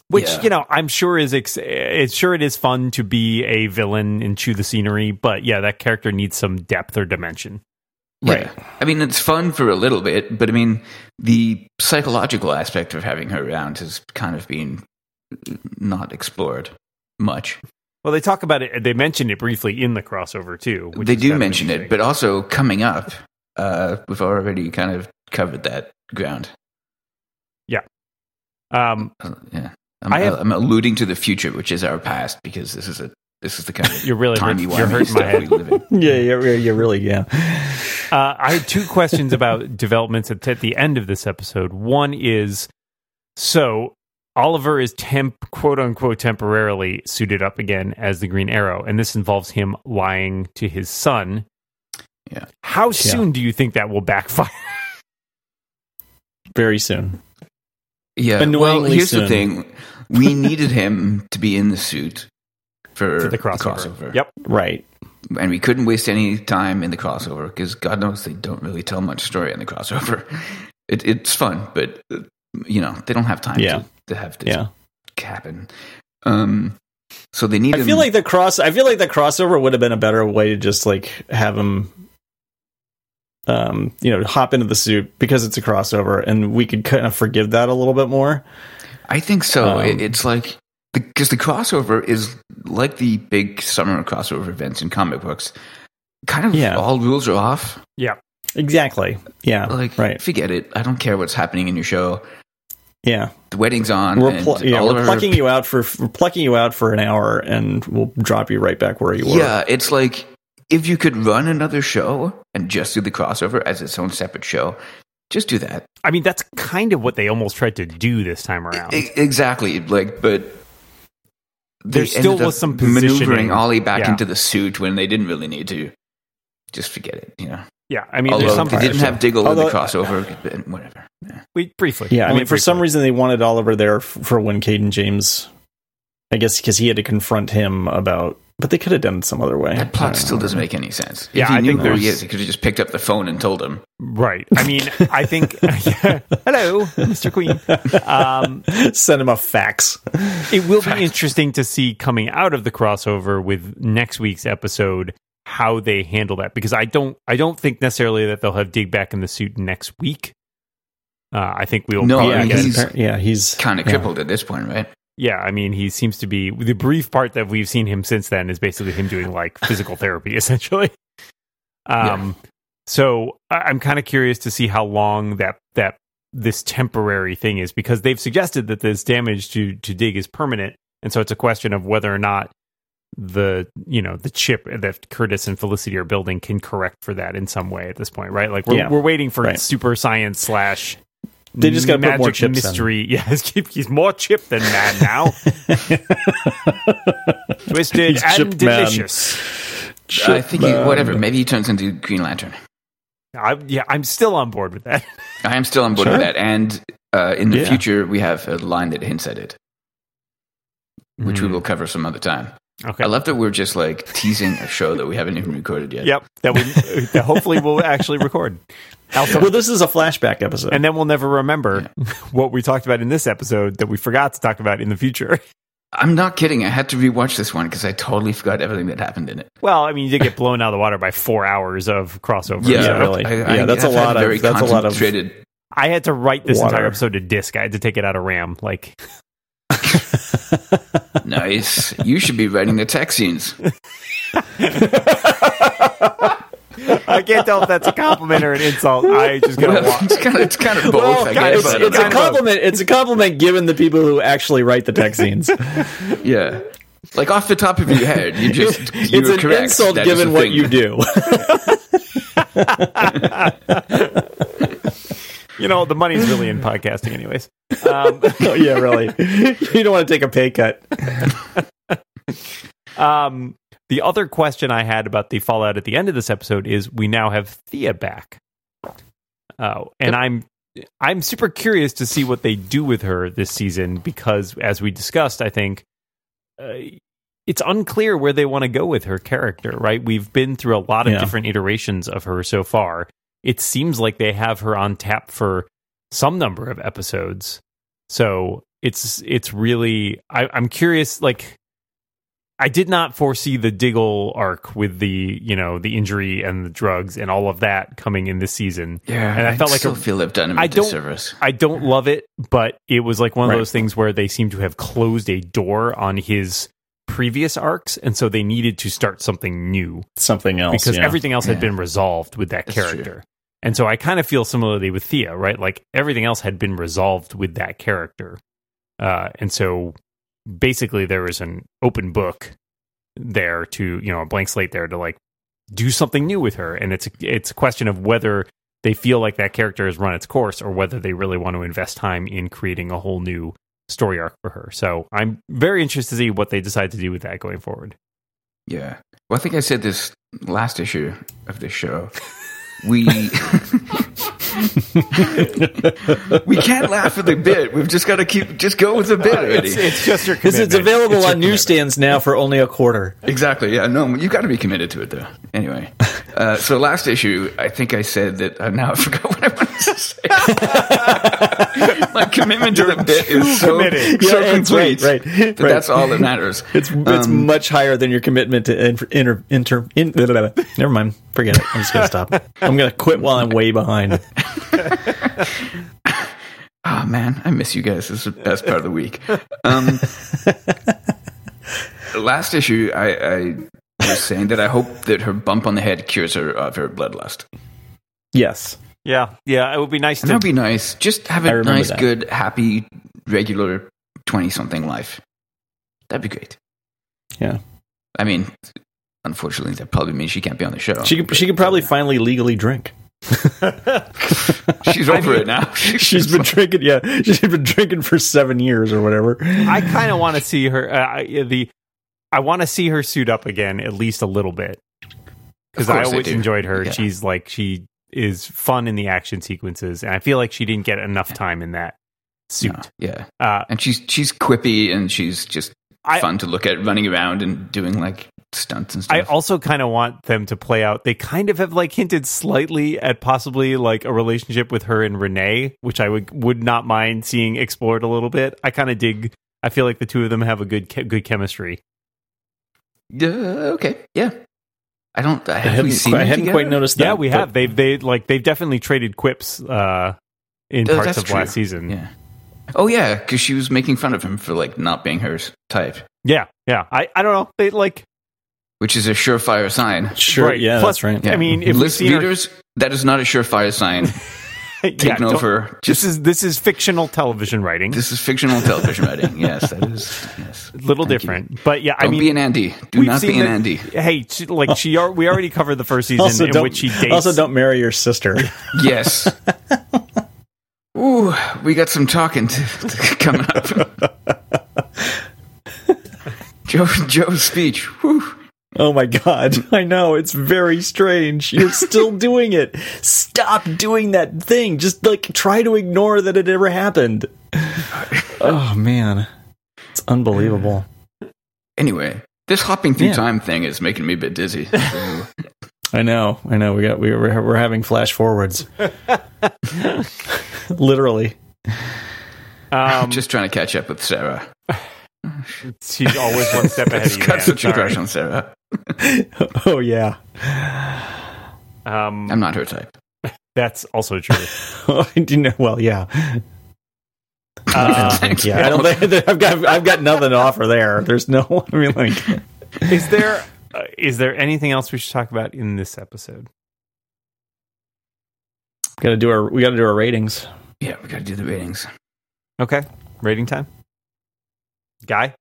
Speaker 1: which
Speaker 3: Yeah.
Speaker 1: you know i'm sure is ex- it's sure it is fun to be a villain and chew the scenery but yeah that character needs some depth or dimension
Speaker 2: right
Speaker 3: Yeah. i mean it's fun for a little bit but i mean the psychological aspect of having her around has kind of been not explored much
Speaker 1: well they talk about it they mention it briefly in the crossover too which
Speaker 3: they
Speaker 1: is
Speaker 3: do
Speaker 1: kind of
Speaker 3: mention it
Speaker 1: interesting.
Speaker 3: but also coming up uh we've already kind of covered that ground
Speaker 1: um
Speaker 3: Uh, yeah I'm,
Speaker 1: I have-
Speaker 3: I'm alluding to the future which is our past because this is a this is the kind of
Speaker 1: you're really hurt,
Speaker 3: timey
Speaker 1: you're
Speaker 3: wimey
Speaker 1: hurting my
Speaker 3: stuff we
Speaker 1: head
Speaker 3: live in
Speaker 2: yeah yeah yeah, yeah really yeah
Speaker 1: uh, i had two questions about developments at, at the end of this episode one is so Oliver is temp quote unquote temporarily suited up again as the Green Arrow, and this involves him lying to his son.
Speaker 3: Yeah.
Speaker 1: How soon do you think that will backfire?
Speaker 2: very soon
Speaker 3: Yeah.
Speaker 2: Annoyingly
Speaker 3: well, here's
Speaker 2: soon.
Speaker 3: the thing: we needed him to be in the suit for,
Speaker 1: for the crossover. Yep.
Speaker 2: right
Speaker 3: And we couldn't waste any time in the crossover because God knows they don't really tell much story in the crossover. It, it's fun, but uh, you know they don't have time
Speaker 2: Yeah.
Speaker 3: to, to have this
Speaker 2: yeah
Speaker 3: happen. Um, so they need.
Speaker 2: I
Speaker 3: him-
Speaker 2: feel like the cross. I feel like the crossover would have been a better way to just like have him, um, you know, hop into the suit because it's a crossover, and we could kind of forgive that a little bit more.
Speaker 3: I think so.
Speaker 2: Um,
Speaker 3: it, it's like because the crossover is like the big summer crossover events in comic books, kind of
Speaker 2: Yeah.
Speaker 3: all rules are off.
Speaker 2: Exactly. Yeah.
Speaker 3: Like,
Speaker 2: right.
Speaker 3: forget it. I don't care what's happening in your show.
Speaker 2: Yeah.
Speaker 3: The wedding's on.
Speaker 2: We're,
Speaker 3: and
Speaker 2: pl- yeah,
Speaker 3: all
Speaker 2: we're
Speaker 3: of our-
Speaker 2: plucking you out for we're plucking you out for an hour, and we'll drop you right back where you were.
Speaker 3: Yeah, it's like if you could run another show and just do the crossover as its own separate show, just do that.
Speaker 1: I mean, that's kind of what they almost tried to do this time around.
Speaker 3: E- exactly. Like, but
Speaker 1: There
Speaker 3: they
Speaker 1: still
Speaker 3: ended
Speaker 1: was
Speaker 3: up
Speaker 1: some positioning.
Speaker 3: maneuvering Ollie back
Speaker 1: Yeah.
Speaker 3: into the suit when they didn't really need to. Just forget it. You know,
Speaker 1: yeah, I mean, there's
Speaker 3: although
Speaker 1: some
Speaker 3: they didn't have Diggle in
Speaker 2: Although-
Speaker 3: the crossover, but whatever. Yeah.
Speaker 1: we, briefly.
Speaker 2: Yeah, I
Speaker 1: Only
Speaker 2: mean, for some
Speaker 1: briefly.
Speaker 2: reason they wanted Oliver there f- for when Caden James, I guess, because he had to confront him about. But they could have done it some other way.
Speaker 3: That
Speaker 2: I
Speaker 3: plot
Speaker 2: don't
Speaker 3: still
Speaker 2: know.
Speaker 3: doesn't make any sense.
Speaker 1: Yeah,
Speaker 3: if he
Speaker 1: I
Speaker 3: knew
Speaker 1: think
Speaker 3: where he
Speaker 1: there's-
Speaker 3: is, he could have just picked up the phone and told him.
Speaker 1: right? I mean, I think hello, Mr. Queen. Um,
Speaker 2: Send him a fax.
Speaker 1: it will be interesting to see coming out of the crossover with next week's episode how they handle that because I don't I don't think necessarily that they'll have Dig back in the suit next week. Uh, I think we'll
Speaker 3: No,
Speaker 1: probably
Speaker 3: I
Speaker 2: yeah,
Speaker 3: mean,
Speaker 1: get-
Speaker 2: he's,
Speaker 3: he's-
Speaker 2: yeah, he's
Speaker 3: Kind of
Speaker 2: yeah.
Speaker 3: crippled at this point, right?
Speaker 1: yeah, I mean, he seems to be the brief part that we've seen him since then is basically him doing like physical therapy, essentially. Um, so I- I'm kind of curious to see how long that that this temporary thing is because they've suggested that this damage to to dig is permanent, and so it's a question of whether or not the you know the chip that Curtis and Felicity are building can correct for that in some way at this point, right? Like we're
Speaker 2: Yeah.
Speaker 1: we're waiting for
Speaker 2: Right.
Speaker 1: super science slash.
Speaker 2: They just gotta put
Speaker 1: magic
Speaker 2: more chips in.
Speaker 1: mystery. Yeah, it's- he's more chip than man now. Twisted
Speaker 2: He's
Speaker 1: and
Speaker 2: chip man.
Speaker 1: delicious.
Speaker 3: I think he,
Speaker 2: Chipman.
Speaker 3: whatever. Maybe he turns into Green Lantern.
Speaker 1: I, yeah, I'm still on board with that.
Speaker 3: I am still on board
Speaker 2: Sure.
Speaker 3: with that. And uh, in the
Speaker 2: Yeah.
Speaker 3: future, we have a line that hints at it, which we
Speaker 1: Hmm.
Speaker 3: will cover some other time.
Speaker 1: Okay.
Speaker 3: I love that we're just like teasing a show that we haven't even recorded yet.
Speaker 1: Yep. That we that hopefully we'll actually record. Alpha.
Speaker 2: Well, this is a flashback episode.
Speaker 1: and then we'll never remember what we talked about in this episode that we forgot to talk about in the future.
Speaker 3: I'm not kidding. I had to rewatch this one because I totally forgot everything that happened in it.
Speaker 1: Well, I mean, you did get blown out of the water by four hours of crossover.
Speaker 2: Yeah,
Speaker 1: so
Speaker 2: really. Yeah, that's a
Speaker 3: I've had
Speaker 2: lot of-
Speaker 3: very
Speaker 2: that's a lot of-
Speaker 3: concentrated-
Speaker 1: I had to write this
Speaker 2: Water.
Speaker 1: entire episode to disk. I had to take it out of RAM. Like,
Speaker 3: nice. You should be writing the tech scenes.
Speaker 1: I can't tell if that's a compliment or an insult. I just gotta
Speaker 3: Well,
Speaker 1: walk.
Speaker 3: it's kind of it's kind of both,
Speaker 1: Well,
Speaker 3: I
Speaker 1: guys,
Speaker 3: guess.
Speaker 2: Oh, it's,
Speaker 3: I don't
Speaker 2: it's a
Speaker 3: know.
Speaker 1: com-
Speaker 2: compliment. It's a compliment given the people who actually write the tech scenes.
Speaker 3: yeah. Like off the top of your head, you just you
Speaker 2: it's
Speaker 3: were
Speaker 2: an
Speaker 3: correct.
Speaker 2: insult
Speaker 3: That is
Speaker 2: given
Speaker 3: a
Speaker 2: what
Speaker 3: thing.
Speaker 2: you do.
Speaker 1: You know, the money's really in podcasting, anyways. Um,
Speaker 2: oh, yeah, really. You don't want to take a pay cut.
Speaker 1: Um, the other question I had about the fallout at the end of this episode is we now have Thea back. Oh, and I'm I'm super curious to see what they do with her this season because, as we discussed, I think uh, it's unclear where they want to go with her character. Right? We've been through a lot of
Speaker 2: Yeah.
Speaker 1: different iterations of her so far. It seems like they have her on tap for some number of episodes. So it's it's really I, I'm curious. Like I did not foresee the Diggle arc with the you know the injury and the drugs and all of that coming in this season.
Speaker 3: Yeah,
Speaker 1: And I felt like
Speaker 3: still
Speaker 1: a-
Speaker 3: feel I've done him
Speaker 1: I
Speaker 3: a
Speaker 1: don't-
Speaker 3: disservice.
Speaker 1: I don't love it, but it was like one of
Speaker 2: Right.
Speaker 1: those things where they seem to have closed a door on his previous arcs, and so they needed to start something new
Speaker 2: Something else.
Speaker 1: because
Speaker 2: yeah.
Speaker 1: everything else had
Speaker 3: Yeah.
Speaker 1: been resolved with that
Speaker 3: That's true.
Speaker 1: character. And so I kind of feel similarly with Thea, right? Like everything else had been resolved with that character. Uh, and so basically there was an open book there to, you know, a blank slate there to like do something new with her. And it's it's a question of whether they feel like that character has run its course or whether they really want to invest time in creating a whole new story arc for her. So I'm very interested to see what they decide to do with that going forward.
Speaker 3: Yeah. Well, I think I said this last issue of this show. We we can't laugh at the bit. We've just got to keep just go with the bit already.
Speaker 1: It's, it's just your
Speaker 2: Because it's
Speaker 1: commitment.
Speaker 2: available
Speaker 1: It's your
Speaker 2: on newsstands now for only a quarter.
Speaker 3: exactly. Yeah. No, you've got to be committed to it though. Anyway, uh, so last issue, I think I said that. Uh, now I forgot what I wanted to say. My commitment to the bit is so,
Speaker 1: committed.
Speaker 3: so
Speaker 2: Yeah, it's
Speaker 3: complete.
Speaker 2: right, right,
Speaker 3: that That's
Speaker 2: right.
Speaker 3: all that matters.
Speaker 2: It's it's much higher than your commitment to inter inter, inter in, blah, blah, blah. never mind. Forget it. I'm just gonna stop. I'm gonna quit while I'm way behind.
Speaker 3: Oh man, I miss you guys. This is the best part of the week. Um, last issue, I, I was saying that I hope that her bump on the head cures her of her bloodlust.
Speaker 2: Yes.
Speaker 1: Yeah, yeah. It would be nice
Speaker 3: And
Speaker 1: to.
Speaker 3: that'd be nice. Just have
Speaker 2: I
Speaker 3: a
Speaker 2: remember
Speaker 3: nice,
Speaker 2: that.
Speaker 3: good, happy, regular twenty-something life. That'd be great.
Speaker 2: Yeah.
Speaker 3: I mean, unfortunately, that probably means she can't be on the show.
Speaker 2: She could, she could probably finally legally drink.
Speaker 3: She's over it now.
Speaker 2: She's been drinking, yeah. She's been drinking for seven years or whatever.
Speaker 1: I kind of want to see her. Uh, I- the I want to see her suit up again, at least a little bit, because
Speaker 3: Of
Speaker 1: I
Speaker 3: course they
Speaker 1: always
Speaker 3: do.
Speaker 1: enjoyed her.
Speaker 3: Yeah.
Speaker 1: She's like she is fun in the action sequences, and I feel like she didn't get enough time in that suit.
Speaker 3: No, yeah,
Speaker 1: Uh,
Speaker 3: and she's she's quippy and she's just
Speaker 1: I-
Speaker 3: fun to look at, running around and doing like stunts and stuff.
Speaker 1: I also kind of want them to play out. They kind of have like hinted slightly at possibly like a relationship with her and Renee, which I would would not mind seeing explored a little bit. I kind of dig. I feel like the two of them have a good che- good chemistry.
Speaker 3: Yeah, okay, yeah. I don't. I
Speaker 2: I
Speaker 3: haven't,
Speaker 2: hadn't,
Speaker 3: seen
Speaker 2: quite, I
Speaker 3: them
Speaker 2: hadn't
Speaker 3: together?
Speaker 2: quite noticed that.
Speaker 1: Yeah, we
Speaker 2: but-
Speaker 1: have. They've they like they've definitely traded quips uh, in
Speaker 3: Oh,
Speaker 1: parts
Speaker 3: that's
Speaker 1: of last
Speaker 3: true.
Speaker 1: season. Yeah,
Speaker 3: Yeah. Oh yeah, because she was making fun of him for like not being her type,
Speaker 1: yeah. I, I don't know. They like
Speaker 3: which is a surefire sign.
Speaker 2: Sure.
Speaker 1: right.
Speaker 2: Yeah,
Speaker 1: Plus,
Speaker 2: that's right.
Speaker 1: I mean, if
Speaker 3: List
Speaker 1: we've seen her-
Speaker 3: readers, that is not a surefire sign.
Speaker 1: yeah,
Speaker 3: Taken
Speaker 1: don't-
Speaker 3: over.
Speaker 1: This
Speaker 3: Just
Speaker 1: is this is fictional television writing.
Speaker 3: this is fictional television writing. Yes, that is. Yes.
Speaker 1: a little
Speaker 3: Thank you.
Speaker 1: different, but yeah.
Speaker 3: Don't
Speaker 1: I mean,
Speaker 3: be an Andy. Do
Speaker 1: we've
Speaker 3: not be
Speaker 1: seen
Speaker 3: an
Speaker 1: that-
Speaker 3: Andy.
Speaker 1: Hey, she, like she are, we already covered the first season
Speaker 2: Also
Speaker 1: in
Speaker 2: don't,
Speaker 1: which she dates.
Speaker 2: also, don't marry your sister.
Speaker 3: Yes. Ooh, we got some talking to, to coming up. Joe, Joe's speech. Whew.
Speaker 2: Oh my god. I know. It's very strange. You're still doing it. Stop doing that thing. Just like try to ignore that it ever happened. Oh man. It's unbelievable.
Speaker 3: Anyway, this hopping through
Speaker 2: Yeah.
Speaker 3: time thing is making me a bit dizzy. So,
Speaker 2: I know. I know. We got we we're, we're having flash forwards. Literally.
Speaker 1: Um,
Speaker 3: just trying to catch up with Sarah.
Speaker 1: she's always one step ahead of
Speaker 3: I've
Speaker 1: you.
Speaker 3: got
Speaker 1: Man.
Speaker 3: such a crush
Speaker 1: Sorry.
Speaker 3: on Sarah.
Speaker 2: Oh yeah.
Speaker 1: Um,
Speaker 3: I'm not her type.
Speaker 1: that's also true.
Speaker 2: you know, well, yeah.
Speaker 1: Uh,
Speaker 3: Thanks,
Speaker 2: Um, yeah, I don't
Speaker 3: Bill.
Speaker 2: think that I've got I've got nothing to offer there. There's no I mean like
Speaker 1: is there uh, is there anything else we should talk about in this episode?
Speaker 2: got to do our we got to do our ratings.
Speaker 3: Yeah, we got to do the ratings.
Speaker 1: Okay. Rating time. Guy?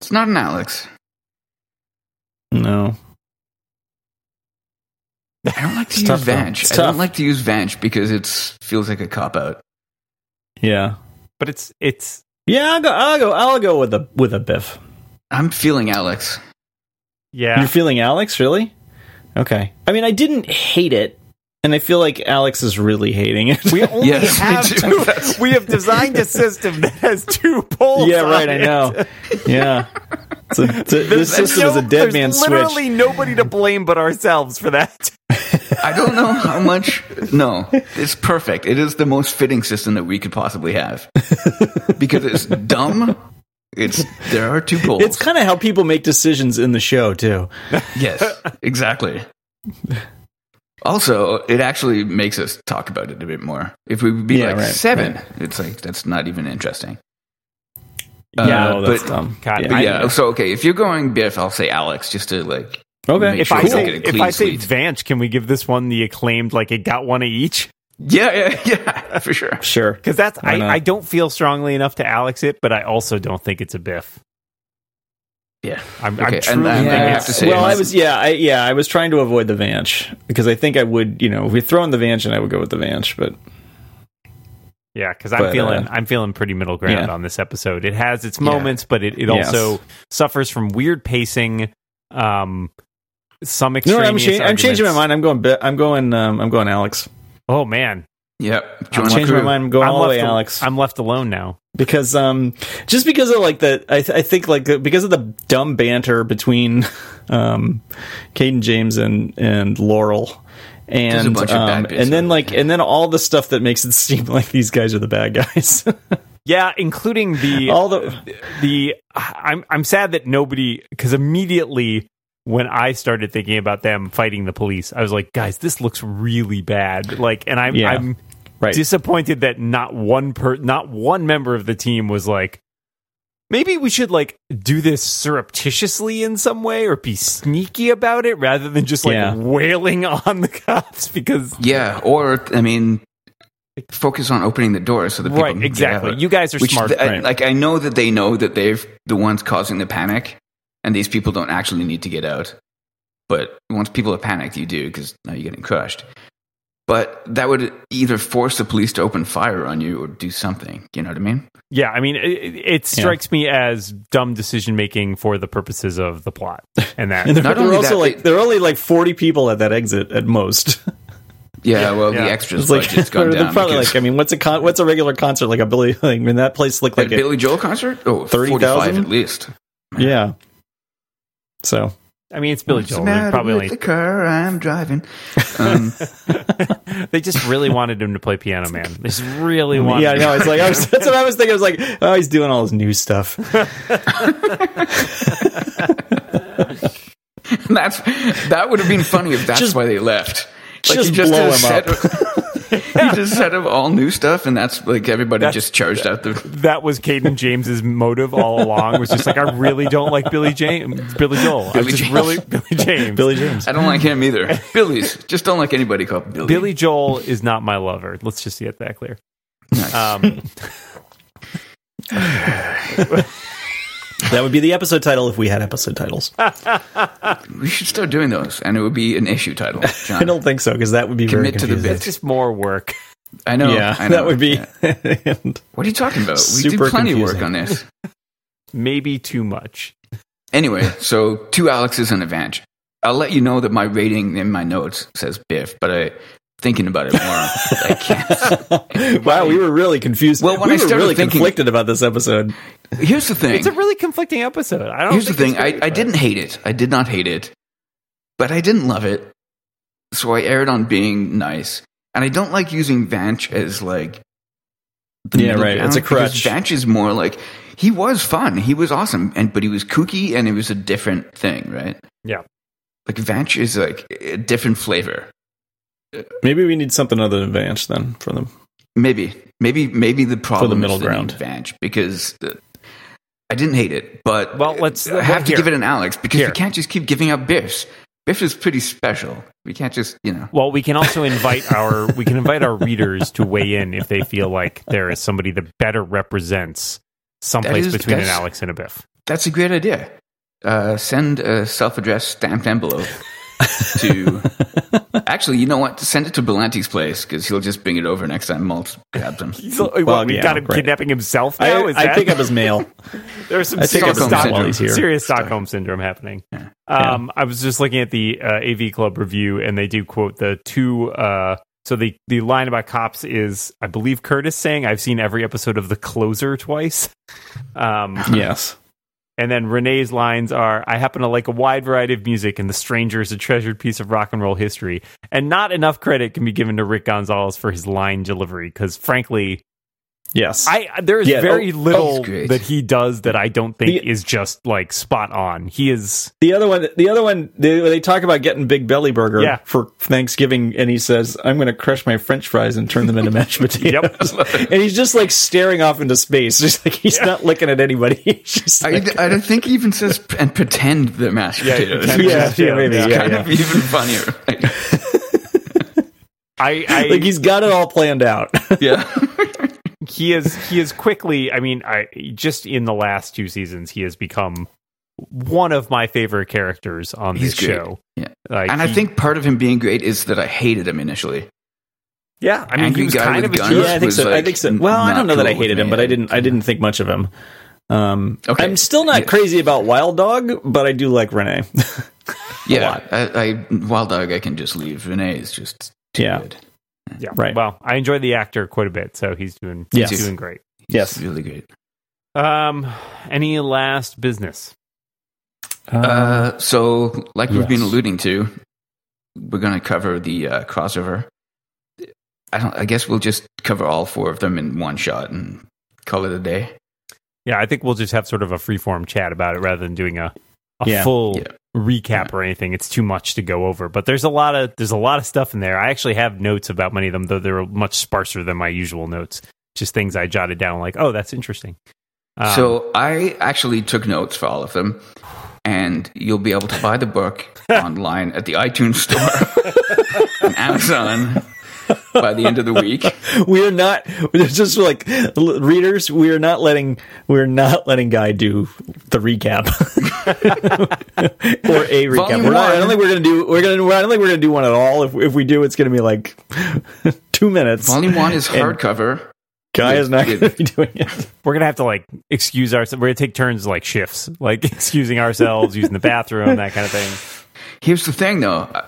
Speaker 3: It's not an Alex.
Speaker 2: No.
Speaker 3: I don't like to
Speaker 2: It's
Speaker 3: use
Speaker 2: tough, though.
Speaker 3: Vanch.
Speaker 2: It's
Speaker 3: I don't
Speaker 2: tough.
Speaker 3: like to use Vanch because it feels like a cop out.
Speaker 2: Yeah.
Speaker 1: But it's it's
Speaker 2: Yeah, I'll go. I'll go. I'll go with a with a Biff.
Speaker 3: I'm feeling Alex.
Speaker 1: yeah.
Speaker 2: You're feeling Alex, really? Okay. I mean, I didn't hate it, and I feel like Alex is really hating it.
Speaker 1: We only
Speaker 3: Yes, me
Speaker 1: have
Speaker 3: too.
Speaker 1: two.
Speaker 3: That's-
Speaker 1: We have designed a system that has two poles.
Speaker 2: yeah,
Speaker 1: on
Speaker 2: right. I
Speaker 1: it.
Speaker 2: know. Yeah. It's a- it's a-
Speaker 1: There's-
Speaker 2: this system is a
Speaker 1: no-
Speaker 2: dead
Speaker 1: there's
Speaker 2: man's
Speaker 1: Literally
Speaker 2: switch.
Speaker 1: nobody to blame but ourselves for that.
Speaker 3: I don't know how much. No, it's perfect. It is the most fitting system that we could possibly have because it's dumb. It's there are two poles.
Speaker 2: It's kind of how people make decisions in the show too.
Speaker 3: yes, exactly. Also, it actually makes us talk about it a bit more. If we would be
Speaker 2: Yeah,
Speaker 3: like
Speaker 2: right,
Speaker 3: seven, it's like that's not even interesting.
Speaker 1: Yeah,
Speaker 2: No, Uh, that's
Speaker 3: but-
Speaker 2: dumb.
Speaker 1: God,
Speaker 3: But
Speaker 1: I-
Speaker 3: yeah, so okay, if you're going Biff, I'll say Alex just to like
Speaker 2: Okay.
Speaker 3: Make
Speaker 1: If
Speaker 3: sure
Speaker 1: I
Speaker 3: we
Speaker 2: cool.
Speaker 1: say
Speaker 3: get a
Speaker 1: if
Speaker 3: clean
Speaker 1: I say
Speaker 3: sweep.
Speaker 1: Vanch, can we give this one the acclaimed like it got one of each?
Speaker 3: yeah, yeah, yeah, for sure.
Speaker 2: sure.
Speaker 1: Because that's
Speaker 2: Why
Speaker 1: I,
Speaker 2: not?
Speaker 1: I don't feel strongly enough to Alex it, but I also don't think it's a biff.
Speaker 3: Yeah.
Speaker 1: I'm,
Speaker 3: Okay,
Speaker 1: I'm
Speaker 3: and
Speaker 1: truly
Speaker 3: then-
Speaker 1: thinking
Speaker 3: we
Speaker 2: Yeah.
Speaker 3: have to say
Speaker 2: well, I
Speaker 3: it.
Speaker 2: was yeah, I, yeah, I was trying to avoid the Vanch because I think I would, you know, if we throw in the Vanch, and I would go with the Vanch, but
Speaker 1: Yeah, because I'm
Speaker 2: But,
Speaker 1: feeling
Speaker 2: uh,
Speaker 1: I'm feeling pretty middle ground
Speaker 2: yeah.
Speaker 1: on this episode. It has its moments, but it, it
Speaker 2: Yes.
Speaker 1: also suffers from weird pacing. Um, some
Speaker 2: no,
Speaker 1: extraneous.
Speaker 2: I'm, cha- I'm changing my
Speaker 1: arguments.
Speaker 2: mind. I'm going. Bi- I'm going. Um, I'm going Alex.
Speaker 1: Oh man,
Speaker 3: Yep.
Speaker 2: I'm
Speaker 3: Join the
Speaker 2: changing my
Speaker 3: crew.
Speaker 2: mind. I'm going
Speaker 1: I'm
Speaker 2: all the
Speaker 1: left
Speaker 2: way
Speaker 1: al-
Speaker 2: Alex
Speaker 1: I'm left alone now.
Speaker 2: because um, just because of like the, I, th- I think like the, because of the dumb banter between um, Caden James and and Laurel.
Speaker 3: a
Speaker 2: And
Speaker 3: bunch of bad
Speaker 2: um,
Speaker 3: bits
Speaker 2: and
Speaker 3: in
Speaker 2: then
Speaker 3: it,
Speaker 2: like and then all the stuff that makes it seem like these guys are the bad guys.
Speaker 1: Yeah, including the
Speaker 2: all the
Speaker 1: the I'm I'm sad that nobody because immediately when I started thinking about them fighting the police, I was like, guys, this looks really bad. Like, and I'm
Speaker 2: Yeah.
Speaker 1: I'm
Speaker 2: right.
Speaker 1: disappointed that not one per not one member of the team was like, Maybe we should like do this surreptitiously in some way or be sneaky about it rather than just like
Speaker 2: Yeah.
Speaker 1: wailing on the cops because
Speaker 3: Yeah, or I mean, focus on opening the door so that people
Speaker 1: right exactly.
Speaker 3: yeah.
Speaker 1: You guys are
Speaker 3: Which
Speaker 1: smart.
Speaker 3: th- I-
Speaker 2: right.
Speaker 3: like I know that they know that they've the ones causing the panic, and these people don't actually need to get out. But once people are panicked, you do because now you're getting crushed. But that would either force the police to open fire on you or do something. You know what I mean?
Speaker 1: yeah, I mean, it, it it strikes me as dumb decision making for the purposes of the plot, and that
Speaker 2: And they're,
Speaker 3: Not
Speaker 2: they're
Speaker 3: only
Speaker 2: also
Speaker 3: that,
Speaker 2: like
Speaker 3: they-
Speaker 2: there are only like forty people at that exit at most.
Speaker 3: Yeah. well,
Speaker 1: yeah.
Speaker 3: the extras
Speaker 2: It's like
Speaker 3: budget's gone
Speaker 2: they're
Speaker 3: down.
Speaker 2: probably
Speaker 3: because
Speaker 2: like I mean, what's a con- what's a regular concert like a Billy? Like, I mean, that place looked
Speaker 3: at
Speaker 2: like it,
Speaker 3: Billy Joel concert. Oh,
Speaker 2: 30,000?
Speaker 3: 30,000 at least.
Speaker 2: yeah. So
Speaker 1: I mean, it's Billy
Speaker 3: What's the
Speaker 1: Joel. They
Speaker 3: matter
Speaker 1: probably
Speaker 3: with
Speaker 1: only
Speaker 3: the car I'm driving. Um,
Speaker 1: they just really wanted him to play Piano Man. They just really wanted.
Speaker 2: yeah,
Speaker 1: him.
Speaker 2: no, it's like I was, that's what I was thinking. I was like, oh, he's doing all his new stuff.
Speaker 3: That's that would have been funny if that's why they left.
Speaker 2: just
Speaker 3: he
Speaker 2: blow
Speaker 3: did a
Speaker 2: him
Speaker 3: set of- he just set up all new stuff, and that's like everybody just charged out the.
Speaker 1: that was Caden James's motive all along. Was just like I really don't like Billy James, Billy Joel. I
Speaker 3: Billy
Speaker 1: just
Speaker 3: James.
Speaker 1: really Billy James.
Speaker 2: Billy James.
Speaker 3: I don't like him either. Billy's just don't like anybody called Billy.
Speaker 1: Billy Joel is not my lover. Let's just get that clear. Um,
Speaker 2: That would be the episode title if we had episode titles. I
Speaker 3: We should start doing those, and it would be an issue title. John.
Speaker 2: don't think so because that would be very
Speaker 3: Commit to the
Speaker 2: confusing.
Speaker 1: it's just more work.
Speaker 3: I know.
Speaker 2: Yeah,
Speaker 3: I know.
Speaker 2: that would be. and
Speaker 3: What are you talking about? We did
Speaker 2: super
Speaker 3: plenty of work
Speaker 2: confusing.
Speaker 3: on this.
Speaker 1: Maybe too much.
Speaker 3: Anyway, so two Alexes and a Vanch. I'll let you know that my rating in my notes says Biff, but I thinking about it more, I can't
Speaker 2: wow, we were really confused.
Speaker 3: Well, when
Speaker 2: we
Speaker 3: I
Speaker 2: were
Speaker 3: started
Speaker 2: really
Speaker 3: thinking-
Speaker 2: conflicted about this episode.
Speaker 3: Here's the thing.
Speaker 1: It's a really conflicting episode. I don't.
Speaker 3: Here's the
Speaker 1: think
Speaker 3: thing.
Speaker 1: Oh, it's great,
Speaker 3: I, I
Speaker 1: but-
Speaker 3: didn't hate it. I did not hate it, but I didn't love it. So I erred on being nice, and I don't like using Vanch as like the
Speaker 2: Yeah,
Speaker 3: middle
Speaker 2: right.
Speaker 3: ground,
Speaker 2: It's a
Speaker 3: because
Speaker 2: crutch.
Speaker 3: Vanch is more like he was fun. He was awesome, and but he was kooky, and it was a different thing, right?
Speaker 1: Yeah.
Speaker 3: Like Vanch is like a different flavor.
Speaker 2: Maybe we need something other than Vance then for them.
Speaker 3: Maybe, maybe, maybe the problem
Speaker 2: middle
Speaker 3: is the name
Speaker 2: ground.
Speaker 3: Vanch because uh, I didn't hate it, but
Speaker 1: Well, let's-
Speaker 3: I have to
Speaker 1: here.
Speaker 3: give it an Alex because
Speaker 1: Here.
Speaker 3: we can't just keep giving out Biffs. Biff is pretty special. We can't just you know.
Speaker 1: Well, we can also invite our we can invite our readers to weigh in if they feel like there is somebody that better represents someplace
Speaker 3: That is-
Speaker 1: between an
Speaker 3: that's-
Speaker 1: Alex and a Biff.
Speaker 3: That's a great idea. Uh, send a self-addressed stamped envelope to. Actually, you know what? Send it to Belanti's place because he'll just bring it over next time Malt grabs him.
Speaker 1: So, what,
Speaker 2: Well,
Speaker 1: we
Speaker 2: yeah,
Speaker 1: got him
Speaker 2: right.
Speaker 1: kidnapping himself
Speaker 2: I,
Speaker 1: now? Is
Speaker 2: I
Speaker 1: that-
Speaker 2: pick up his mail.
Speaker 1: there's some
Speaker 2: I pick
Speaker 1: serious,
Speaker 3: up Stockholm
Speaker 1: Stockholm,
Speaker 3: syndrome
Speaker 2: is here.
Speaker 1: serious Stockholm syndrome happening. Um, I was just looking at the uh, AV Club review, and they do quote the two. Uh, so the the line about cops is, I believe Curtis saying, "I've seen every episode of The Closer twice." Um,
Speaker 2: yes.
Speaker 1: and then Renee's lines are, "I happen to like a wide variety of music, and The Stranger is a treasured piece of rock and roll history." And not enough credit can be given to Rick Gonzalez for his line delivery, because frankly,
Speaker 2: Yes.
Speaker 1: I I- there is
Speaker 2: Yeah,
Speaker 1: very
Speaker 2: oh,
Speaker 1: little
Speaker 3: he's great.
Speaker 1: that he does that I don't think
Speaker 2: The-
Speaker 1: is just like spot on. He is
Speaker 2: The other one, the other one, they, they talk about getting Big Belly Burger
Speaker 1: Yeah.
Speaker 2: for Thanksgiving, and he says, "I'm going to crush my French fries and turn them into mashed potatoes." and he's just like staring off into space, just like he's not looking at anybody. He's just
Speaker 3: I,
Speaker 2: like,
Speaker 3: I don't think he even says p- and pretend they're mashed potatoes.
Speaker 1: pretend
Speaker 3: which
Speaker 2: yeah,
Speaker 1: just-
Speaker 2: yeah, maybe,
Speaker 1: yeah,
Speaker 2: yeah,
Speaker 3: is kind
Speaker 2: yeah.
Speaker 3: of even funnier.
Speaker 1: I, I
Speaker 2: like he's got it all planned out.
Speaker 3: yeah.
Speaker 1: he is he is quickly. I mean, I just in the last two seasons he has become one of my favorite characters on
Speaker 3: He's
Speaker 1: this
Speaker 3: great.
Speaker 1: show.
Speaker 3: Yeah.
Speaker 1: Like,
Speaker 3: And I
Speaker 1: he-
Speaker 3: think part of him being great is that I hated him initially.
Speaker 1: yeah, I mean, he
Speaker 3: angry
Speaker 1: was
Speaker 3: guy
Speaker 1: kind
Speaker 3: with
Speaker 1: of a
Speaker 3: guns.
Speaker 1: jerk.
Speaker 2: yeah, I think
Speaker 3: was,
Speaker 2: so. I
Speaker 3: like,
Speaker 2: think so.
Speaker 3: n-
Speaker 2: Well, I
Speaker 3: not
Speaker 2: don't know that I
Speaker 3: cool with
Speaker 2: hated
Speaker 3: me,
Speaker 2: him, but
Speaker 3: I
Speaker 2: I didn't. I
Speaker 3: think.
Speaker 2: didn't think much of him. Um,
Speaker 3: Okay.
Speaker 2: I'm still not
Speaker 3: Yeah.
Speaker 2: crazy about Wild Dog, but I do like Renee.
Speaker 3: Yeah,
Speaker 2: lot.
Speaker 3: I, I wild dog. I can just leave. Renee is just too
Speaker 2: Yeah.
Speaker 3: good.
Speaker 1: Yeah,
Speaker 2: Right.
Speaker 1: Well, I enjoy the actor quite a bit, so he's doing
Speaker 2: Yes.
Speaker 1: he's doing great.
Speaker 3: He's
Speaker 2: Yes.
Speaker 3: really great.
Speaker 1: Um, any last business?
Speaker 3: Uh, so, like we've been
Speaker 2: yes.
Speaker 3: alluding to, we're going to cover the uh, crossover. I don't. I guess we'll just cover all four of them in one shot and call it a day.
Speaker 1: Yeah, I think we'll just have sort of a freeform chat about it rather than doing a, a
Speaker 2: Yeah.
Speaker 1: full
Speaker 3: Yeah.
Speaker 1: recap or anything. It's too much to go over. But there's a lot of there's a lot of stuff in there. I actually have notes about many of them, though they're much sparser than my usual notes. Just things I jotted down, like, oh, that's interesting. Um,
Speaker 3: so I actually took notes for all of them, and you'll be able to buy the book online at the iTunes store and Amazon by the end of the week.
Speaker 2: we are not we're just like l- readers. We are not letting we're not letting Guy do the recap or a recap.
Speaker 3: Volume
Speaker 2: We're not, I
Speaker 3: one.
Speaker 2: don't think we're gonna do we're gonna. I don't think we're gonna do one at all. If if we do, it's gonna be like two minutes.
Speaker 3: Volume one is
Speaker 2: And
Speaker 3: hardcover.
Speaker 2: Guy is not
Speaker 3: Good.
Speaker 2: gonna be doing it.
Speaker 1: we're gonna have to like excuse ourselves. We're gonna take turns like shifts, like excusing ourselves, using the bathroom, that kind of thing.
Speaker 3: Here's the thing, though, Uh,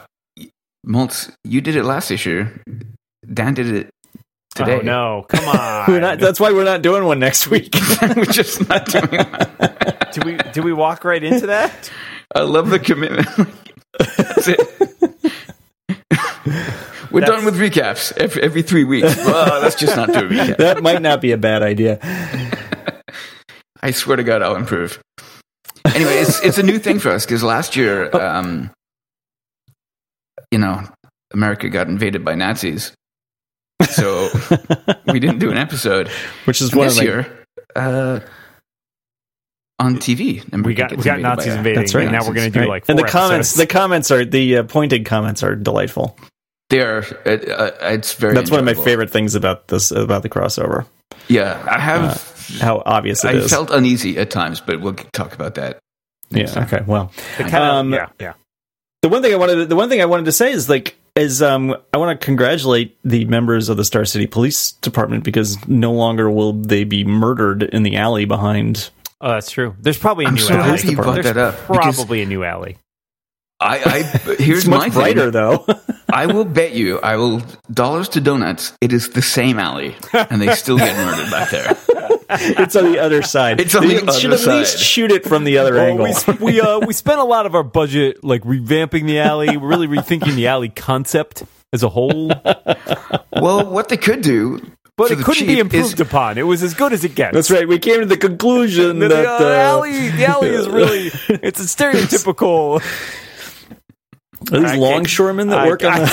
Speaker 3: Maltz, you did it last issue. Dan did it today.
Speaker 1: Oh, no, come on.
Speaker 2: We're not. That's why we're not doing one next week.
Speaker 3: We're just not doing it.
Speaker 1: do we do we walk right into that?
Speaker 3: I love the commitment. That's it. We're done with recaps every, every three weeks. Well, let's just not do a recap.
Speaker 2: that might not be a bad idea.
Speaker 3: I swear to God, I'll improve. Anyway, it's it's a new thing for us because last year,
Speaker 1: Oh.
Speaker 3: um, you know, America got invaded by Nazis, so we didn't do an episode.
Speaker 2: Which is
Speaker 3: And
Speaker 2: one of
Speaker 3: this
Speaker 2: my
Speaker 3: year, uh, on TV, America
Speaker 1: We got we
Speaker 3: gets
Speaker 1: got
Speaker 3: invaded
Speaker 1: Nazis
Speaker 3: by-
Speaker 1: invading.
Speaker 2: That's right.
Speaker 1: And now we're gonna do
Speaker 2: Right.
Speaker 1: like four
Speaker 2: and the comments
Speaker 1: episodes.
Speaker 2: the comments are the uh, pointed comments are delightful
Speaker 3: They are. Uh, uh, it's very.
Speaker 2: that's one of my
Speaker 3: enjoyable.
Speaker 2: favorite things about this about the crossover
Speaker 3: Yeah, I have.
Speaker 2: how obvious it
Speaker 3: I
Speaker 2: uh, is.
Speaker 3: felt uneasy at times, but we'll talk about that.
Speaker 2: yeah okay well
Speaker 1: The kind of-
Speaker 2: um,
Speaker 1: yeah, yeah.
Speaker 2: the one thing i wanted to, the one thing i wanted to say is like is um i want to congratulate the members of the star city police department because no longer will they be murdered in the alley behind
Speaker 1: Oh, that's true. There's probably a
Speaker 3: I'm
Speaker 1: new
Speaker 3: so
Speaker 1: alley.
Speaker 3: happy you brought
Speaker 1: There's
Speaker 3: that up. because
Speaker 1: probably a new alley.
Speaker 3: I, I here's
Speaker 2: it's much
Speaker 3: my
Speaker 2: brighter
Speaker 3: thing.
Speaker 2: though
Speaker 3: I will bet you, I will dollars to donuts. It is the same alley, and they still get murdered back there.
Speaker 2: it's on the other side
Speaker 3: It's on
Speaker 2: They
Speaker 3: the
Speaker 2: should
Speaker 3: other
Speaker 2: at least
Speaker 3: side.
Speaker 2: shoot it from the other angle
Speaker 1: we s- we uh, we spent a lot of our budget like revamping the alley, We're really rethinking the alley concept as a whole. But
Speaker 3: Well, what they could do, for
Speaker 1: it
Speaker 3: the
Speaker 1: couldn't be
Speaker 3: cheap is-
Speaker 1: improved upon. It was as good as it gets.
Speaker 2: that's right we came to the conclusion
Speaker 1: The, the,
Speaker 2: that
Speaker 1: uh,
Speaker 2: uh,
Speaker 1: alley, the alley is really it's a stereotypical
Speaker 2: Are these
Speaker 1: I can't-
Speaker 2: longshoremen that
Speaker 1: I-
Speaker 2: work on
Speaker 1: I-
Speaker 2: the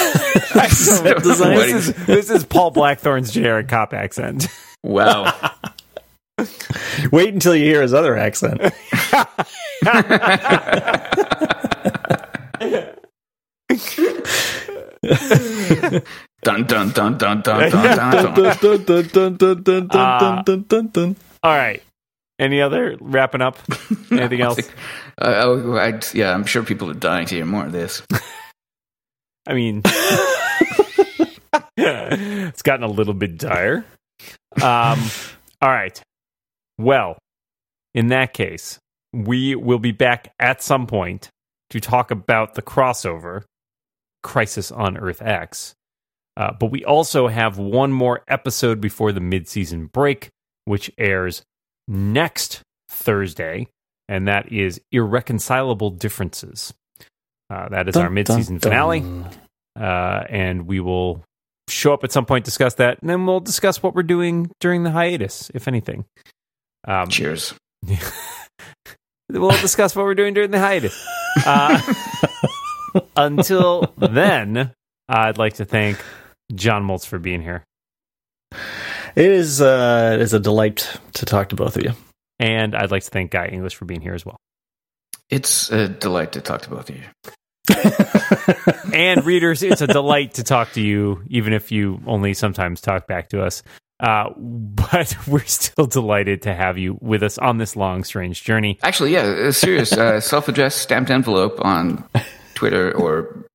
Speaker 1: I don't know.
Speaker 2: design?
Speaker 3: What
Speaker 1: This is this is Paul Blackthorne's generic cop accent.
Speaker 3: wow,
Speaker 2: Wait until you hear his other accent.
Speaker 3: dun dun dun dun dun dun dun. dun.
Speaker 2: That's
Speaker 1: All right. Any other wrapping up? Anything else?
Speaker 3: Uh, oh, I, yeah, I'm sure people are dying to hear more of this.
Speaker 1: I mean, it's gotten a little bit dire. Um, all right. Well, in that case, we will be back at some point to talk about the crossover Crisis on Earth X. Uh, but we also have one more episode before the mid-season break, which airs next Thursday, and that is Irreconcilable Differences. Uh, that is our mid-season finale uh, and we will show up at some point, discuss that, and then we'll discuss what we're doing during the hiatus, if anything. Um,
Speaker 3: Cheers.
Speaker 1: we'll discuss what we're doing during the hiatus. Uh, until then, I'd like to thank John Moltz for being here
Speaker 2: It is uh, it is a delight to talk to both of you.
Speaker 1: and I'd like to thank Guy English for being here as well.
Speaker 3: It's a delight to talk to both of you.
Speaker 1: And readers, it's a delight to talk to you, even if you only sometimes talk back to us. Uh, but we're still delighted to have you with us on this long, strange journey.
Speaker 3: Actually, yeah, uh, serious. Uh, self-addressed stamped envelope on Twitter or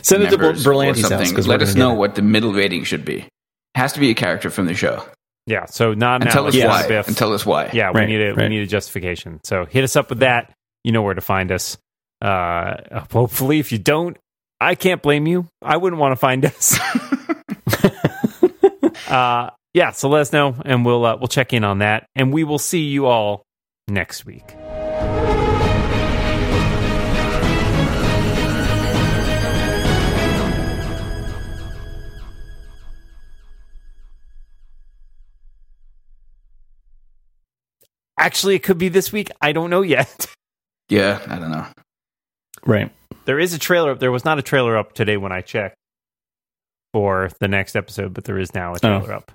Speaker 2: Send it to
Speaker 3: members or
Speaker 2: Berlanti's house
Speaker 3: something.
Speaker 2: because
Speaker 3: Let us know what the middle rating should be. Has to be a character from the show,
Speaker 1: Yeah, so not
Speaker 3: and
Speaker 1: now.
Speaker 3: tell us
Speaker 1: let's
Speaker 3: why.
Speaker 1: go to Biff.
Speaker 3: And tell us why.
Speaker 1: yeah, we
Speaker 2: Right,
Speaker 1: need a we
Speaker 2: right.
Speaker 1: need a justification. So hit us up with that. You know where to find us. Uh, hopefully, if you don't, I can't blame you. I wouldn't want to find us. uh, yeah, so let us know, and we'll uh, we'll check in on that, and we will see you all next week. Actually, it could be this week. I don't know yet.
Speaker 3: Yeah, I don't know.
Speaker 2: Right.
Speaker 1: There is a trailer up. There was not a
Speaker 2: Oh.
Speaker 1: trailer up today when I checked for the next episode, but there is now a trailer up.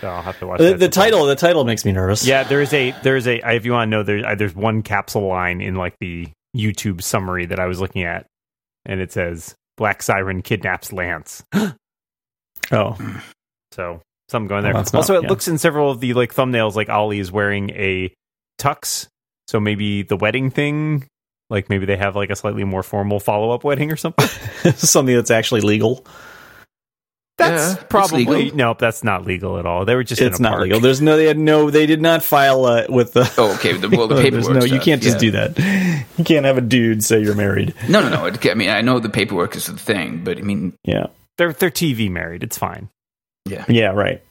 Speaker 1: So I'll have to
Speaker 3: Uh,
Speaker 1: watch
Speaker 2: The,
Speaker 1: that
Speaker 2: the
Speaker 1: sometime.
Speaker 2: title, the title makes me nervous.
Speaker 1: Yeah, there is a there is a if you want to know there uh, there's one capsule line in like the YouTube summary that I was looking at, and it says Black Siren kidnaps Lance.
Speaker 2: Oh,
Speaker 1: So something going there.
Speaker 2: Well, that's not-
Speaker 1: also, it
Speaker 2: yeah.
Speaker 1: looks in several of the like thumbnails like Ollie is wearing a tux, so maybe the wedding thing. Like maybe they have like a slightly more formal follow up wedding or something.
Speaker 2: something that's actually legal.
Speaker 1: That's
Speaker 3: Yeah, it's
Speaker 1: probably
Speaker 3: legal.
Speaker 1: no, that's not legal at all. They were just in
Speaker 2: It's
Speaker 1: a
Speaker 2: not
Speaker 1: park.
Speaker 2: legal. There's no. They had no. They did not file uh, with the.
Speaker 3: Oh, okay. The, well, the
Speaker 2: There's
Speaker 3: paperwork.
Speaker 2: no. You
Speaker 3: stuff,
Speaker 2: can't just
Speaker 3: yeah.
Speaker 2: do that. You can't have a dude say you're married.
Speaker 3: No, no, no. It, I mean, I know the paperwork is the thing, but I mean,
Speaker 2: Yeah.
Speaker 1: They're they're TV married. It's fine.
Speaker 3: yeah.
Speaker 2: Yeah. Right.